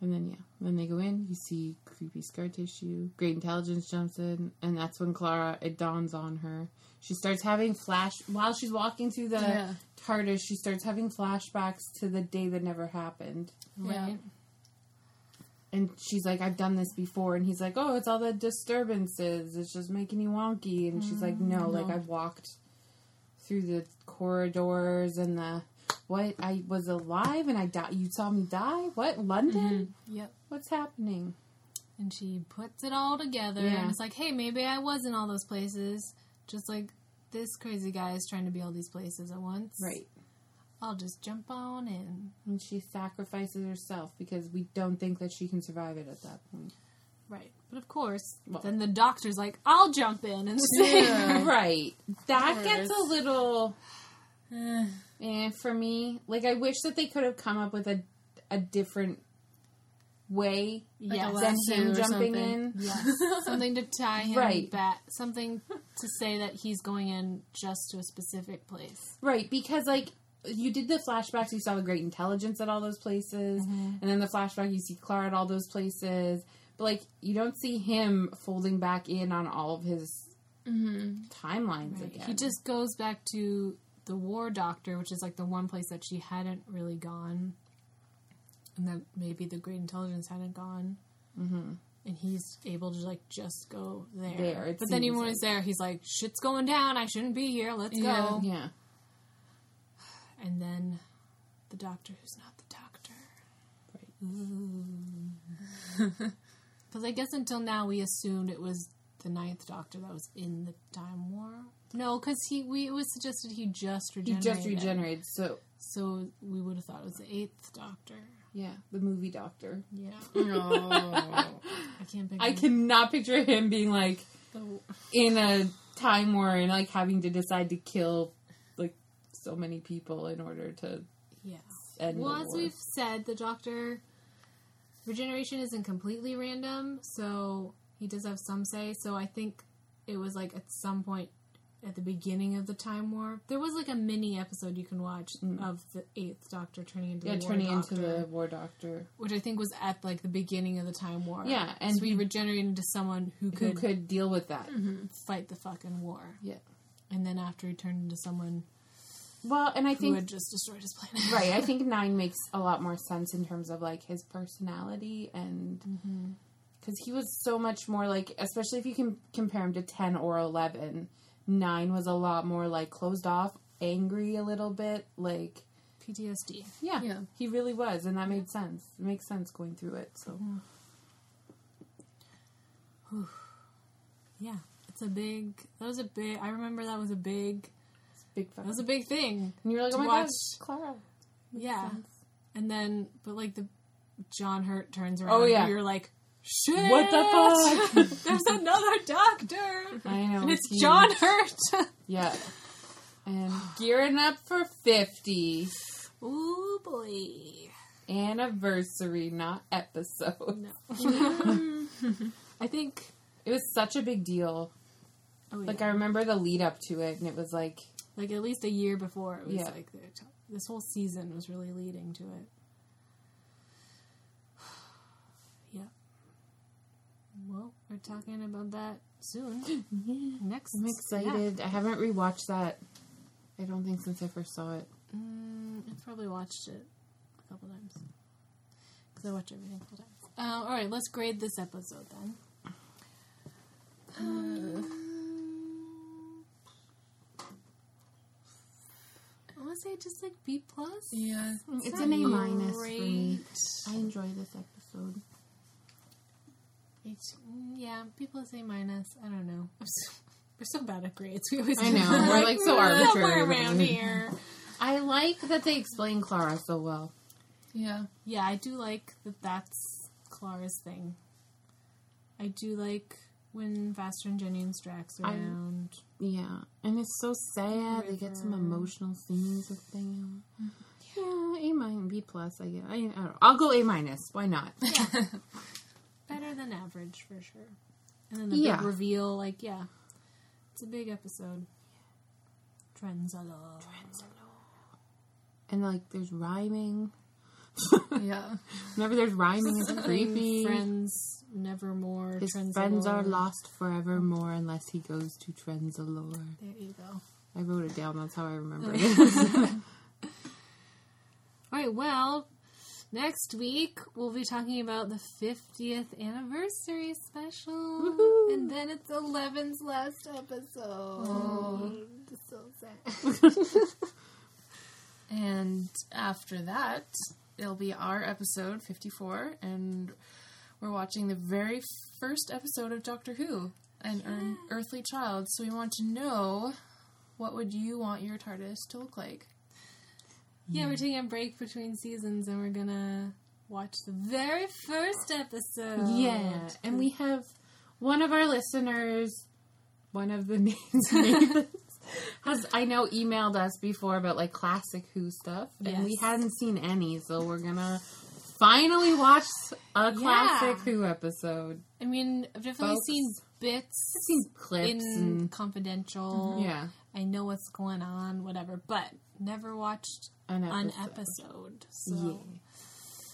Speaker 8: And then yeah, then they go in. You see creepy scar tissue. Great intelligence jumps in, and that's when Clara. It dawns on her. She starts having flash while she's walking through the
Speaker 9: Yeah.
Speaker 8: TARDIS. She starts having flashbacks to the day that never happened.
Speaker 9: Yeah.
Speaker 7: Right.
Speaker 8: And she's like, I've done this before. And he's like, Oh, it's all the disturbances. It's just making you wonky. And she's like, No, like I've walked through the corridors and the what? I was alive and I died. You saw me die? What? London?
Speaker 7: Yep.
Speaker 8: What's happening?
Speaker 7: And she puts it all together
Speaker 8: Yeah.
Speaker 7: and it's like, hey, maybe I was in all those places. Just like this crazy guy is trying to be all these places at once. I'll just jump on in.
Speaker 8: And she sacrifices herself because we don't think that she can survive it at that point.
Speaker 7: Right. But of course,
Speaker 8: Well-
Speaker 7: then the doctor's like, I'll jump in and save
Speaker 8: right. That gets a little.
Speaker 7: Uh.
Speaker 8: eh, for me, like I wish that they could have come up with a a different way
Speaker 7: Yes.
Speaker 8: than him
Speaker 9: or
Speaker 8: jumping
Speaker 9: something.
Speaker 8: in.
Speaker 7: Yes. something to tie him
Speaker 8: Right.
Speaker 7: back. Something to say that he's going in just to a specific place.
Speaker 8: Right, because like you did the flashbacks, you saw the great intelligence at all those places,
Speaker 7: Uh-huh.
Speaker 8: and then the flashback you see Clara at all those places. But like you don't see him folding back in on all of his timelines again.
Speaker 7: Mm-hmm. He just goes back to the war doctor, which is like the one place that she hadn't really gone, and that maybe the great intelligence hadn't gone. Mm-hmm. And he's able to like just go there.
Speaker 8: There, it
Speaker 7: but then even
Speaker 8: seems
Speaker 7: when he's there, he's like, "Shit's going down. I shouldn't be here. Let's go."
Speaker 8: yeah.
Speaker 7: And then the doctor, who's not the doctor. Because I guess until now we assumed it was the ninth doctor that was in the time war. No, because he we it was suggested he just
Speaker 8: He
Speaker 7: regenerated.
Speaker 8: just regenerated, so
Speaker 7: So we would have thought it was the eighth doctor.
Speaker 8: yeah, the movie doctor.
Speaker 7: Yeah,
Speaker 9: No.
Speaker 7: I can't pick.
Speaker 8: I cannot picture him being like in a time war and like having to decide to kill like so many people in order to
Speaker 7: Yeah.
Speaker 8: end
Speaker 7: Well,
Speaker 8: the
Speaker 7: as
Speaker 8: war.
Speaker 7: we've said, the doctor regeneration isn't completely random, so he does have some say. So I think it was like at some point at the beginning of the Time War, there was like a mini episode you can watch of the Eighth Doctor turning into
Speaker 8: Mm. yeah,
Speaker 7: the War
Speaker 8: turning
Speaker 7: Doctor,
Speaker 8: into the war doctor
Speaker 7: which I think was at like the beginning of the Time War.
Speaker 8: Yeah, and
Speaker 7: so we regenerated into someone who
Speaker 8: who
Speaker 7: could,
Speaker 8: could Mm-hmm. deal with that.
Speaker 7: fight the fucking war,
Speaker 8: Yeah.
Speaker 7: and then after he turned into someone
Speaker 8: Well, and I
Speaker 7: who
Speaker 8: think
Speaker 7: had just destroyed his planet.
Speaker 8: right. I think nine makes a lot more sense in terms of like his personality and because he was so much more like, especially if you can compare him to ten or eleven. Nine was a lot more like closed off, angry a little bit, like
Speaker 7: PTSD.
Speaker 8: yeah,
Speaker 9: Yeah.
Speaker 8: he really was, and that made sense. It makes sense going through it. So
Speaker 7: Mm-hmm. Yeah, it's a big. That was a big. I remember that was a big.
Speaker 8: big
Speaker 7: That
Speaker 8: fun.
Speaker 7: was a big thing.
Speaker 8: And you're like,
Speaker 7: to
Speaker 8: oh my
Speaker 7: watch.
Speaker 8: gosh, Clara.
Speaker 7: yeah, and then but like the John Hurt turns around.
Speaker 8: Oh, yeah.
Speaker 7: you're like shit.
Speaker 8: What the fuck?
Speaker 7: There's another doctor.
Speaker 8: I know.
Speaker 7: And it's
Speaker 8: huge.
Speaker 7: John Hurt.
Speaker 8: Yeah. And gearing up for 50.
Speaker 7: Ooh boy.
Speaker 8: Anniversary, not episode.
Speaker 7: I think.
Speaker 8: It was such a big deal.
Speaker 7: Oh, yeah.
Speaker 8: Like I remember the lead up to it, and it was like,
Speaker 7: like at least a year before it was
Speaker 8: Yeah.
Speaker 7: like the, this whole season was really leading to it. yeah. Well, we're talking about that soon. Next,
Speaker 8: I'm excited. I haven't rewatched that. I don't think since I first saw it.
Speaker 7: Yeah. Mm, I've probably watched it a couple times because I watch everything a couple times. Uh, all right, let's grade this episode then.
Speaker 8: Uh.
Speaker 7: Uh, Um, I want to say just like B plus.
Speaker 9: yeah.
Speaker 8: It's
Speaker 7: not
Speaker 8: an A minus for
Speaker 7: great.
Speaker 8: me. I enjoy this episode.
Speaker 7: It's, mm, yeah, people say minus. I don't know. I'm so, we're so bad at grades. We always
Speaker 8: I know. We're like so
Speaker 7: "Mm,
Speaker 8: arbitrary.
Speaker 7: Somewhere around here.
Speaker 8: I like that they explain Clara so well.
Speaker 9: Yeah.
Speaker 7: Yeah, I do like that. That's Clara's thing. I do like when Vaster and Jennings Drax are around.
Speaker 8: Yeah, and it's so sad. They get some emotional scenes with them. Yeah, A minus, B plus. I guess I, I don't know. I'll go A minus. Why not?
Speaker 7: Better than average for sure. And then the
Speaker 8: Yeah.
Speaker 7: big reveal, like yeah, it's a big episode. Trenzalo.
Speaker 8: And like, there's rhyming.
Speaker 9: Yeah.
Speaker 8: Remember, there's rhyming. It's creepy.
Speaker 7: Friends nevermore.
Speaker 8: His
Speaker 7: Trenzalore.
Speaker 8: friends are lost forevermore unless he goes to Trenzalore.
Speaker 7: There you go.
Speaker 8: I wrote it down. That's how I remember it.
Speaker 7: All right. Well, next week we'll be talking about the 50th anniversary special, and then it's 11's last episode. So sad.
Speaker 9: And after that, it'll be our episode 54, and we're watching the very first episode of Doctor Who, an earn- earthly child. So we want to know what would you want your TARDIS to look like?
Speaker 7: Yeah, we're taking a break between seasons, and we're gonna watch the very first episode.
Speaker 8: yeah, and we have one of our listeners. One of the names Nathan's, has I know emailed us before about like classic Who stuff, and we
Speaker 7: Yes.
Speaker 8: hadn't seen any, so we're gonna finally watch a classic Who episode.
Speaker 7: I mean, I've definitely
Speaker 8: Folks.
Speaker 7: seen bits
Speaker 8: I've seen clips
Speaker 7: in
Speaker 8: and
Speaker 7: Confidential.
Speaker 8: yeah,
Speaker 7: I know what's going on, whatever, but never watched
Speaker 8: an episode.
Speaker 7: an episode. So.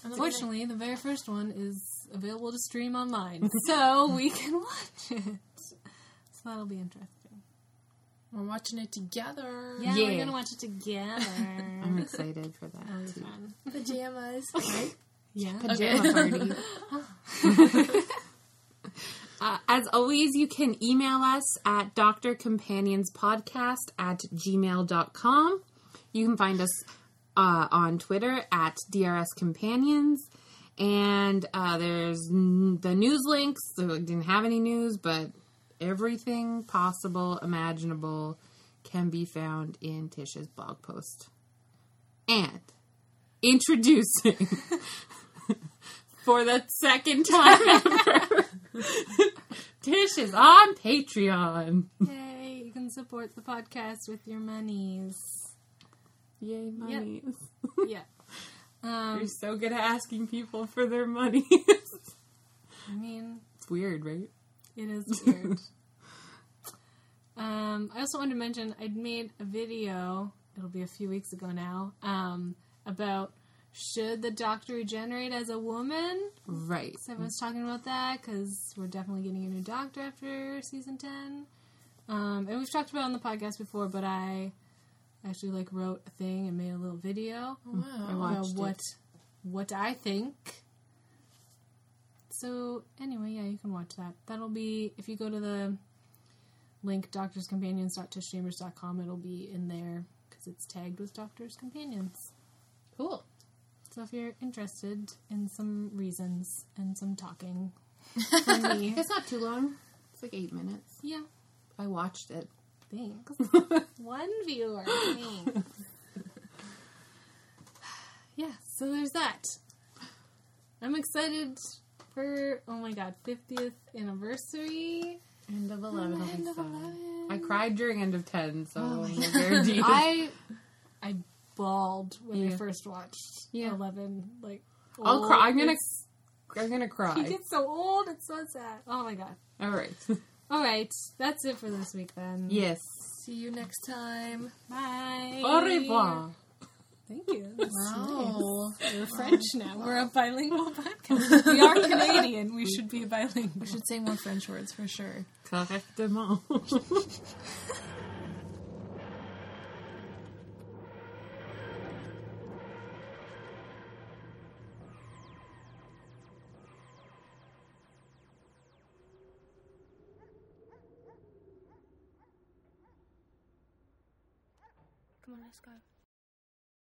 Speaker 7: Unfortunately, the very first one is available to stream online, so we can watch it. So that'll be interesting.
Speaker 9: We're watching it together.
Speaker 7: Yeah, we're
Speaker 8: Yeah.
Speaker 7: gonna watch it together.
Speaker 8: I'm excited for
Speaker 7: Um,
Speaker 8: that. too.
Speaker 7: Fun.
Speaker 9: Pajamas.
Speaker 7: yeah.
Speaker 8: Pajama party. Uh, as always, you can email us at drcompanionspodcast at gmail.com. You can find us uh, on Twitter at drscompanions. And uh, there's n- the news links. So it didn't have any news, but everything possible, imaginable can be found in Tisha's blog post. And introducing for the second time ever. Tish is on Patreon.
Speaker 7: Yay! You can support the podcast with your monies.
Speaker 8: Yay, money.
Speaker 7: Yeah. Um,
Speaker 8: You're so good at asking people for their money.
Speaker 7: I mean,
Speaker 8: it's weird, right?
Speaker 7: It is weird. um, I also wanted to mention I'd made a video. It'll be a few weeks ago now. Um, about should the doctor regenerate as a woman?
Speaker 8: Right.
Speaker 7: So everyone's talking about that because we're definitely getting a new doctor after season ten. Um, and we've talked about it on the podcast before, but I actually like wrote a thing and made a little video
Speaker 8: Oh, I
Speaker 7: about
Speaker 8: watched
Speaker 7: what
Speaker 8: it.
Speaker 7: what I think. So anyway, yeah, you can watch that. That'll be if you go to the link doctorscompanions.tushchambers.com. It'll be in there because it's tagged with Doctors Companions.
Speaker 8: Cool.
Speaker 7: So if you're interested in some reasons and some talking, for me,
Speaker 8: It's not too long. It's like eight minutes.
Speaker 7: yeah,
Speaker 8: I watched it.
Speaker 7: thanks. One viewer, thanks. yeah, so there's that. I'm excited for oh my god, 50th anniversary.
Speaker 8: End of Oh, 11. I cried during end of 10, so very deep.
Speaker 7: I I bawled when I
Speaker 8: Yeah.
Speaker 7: first watched
Speaker 8: Yeah.
Speaker 7: 11. Like
Speaker 8: I'll
Speaker 7: oh,
Speaker 8: cry. I'm gonna.
Speaker 7: it's-
Speaker 8: I'm gonna
Speaker 7: He
Speaker 8: cry.
Speaker 7: gets so old. It's so sad. Oh my god.
Speaker 8: All right.
Speaker 7: All right, that's it for this week then.
Speaker 8: Yes.
Speaker 9: See you next time.
Speaker 7: Bye.
Speaker 8: Au revoir.
Speaker 7: Thank you. That's
Speaker 9: Wow.
Speaker 7: nice. We're French now. We're a bilingual podcast. we are Canadian. We should be bilingual.
Speaker 9: We should say more French words for sure.
Speaker 8: Correctement.
Speaker 11: Come on, let's go.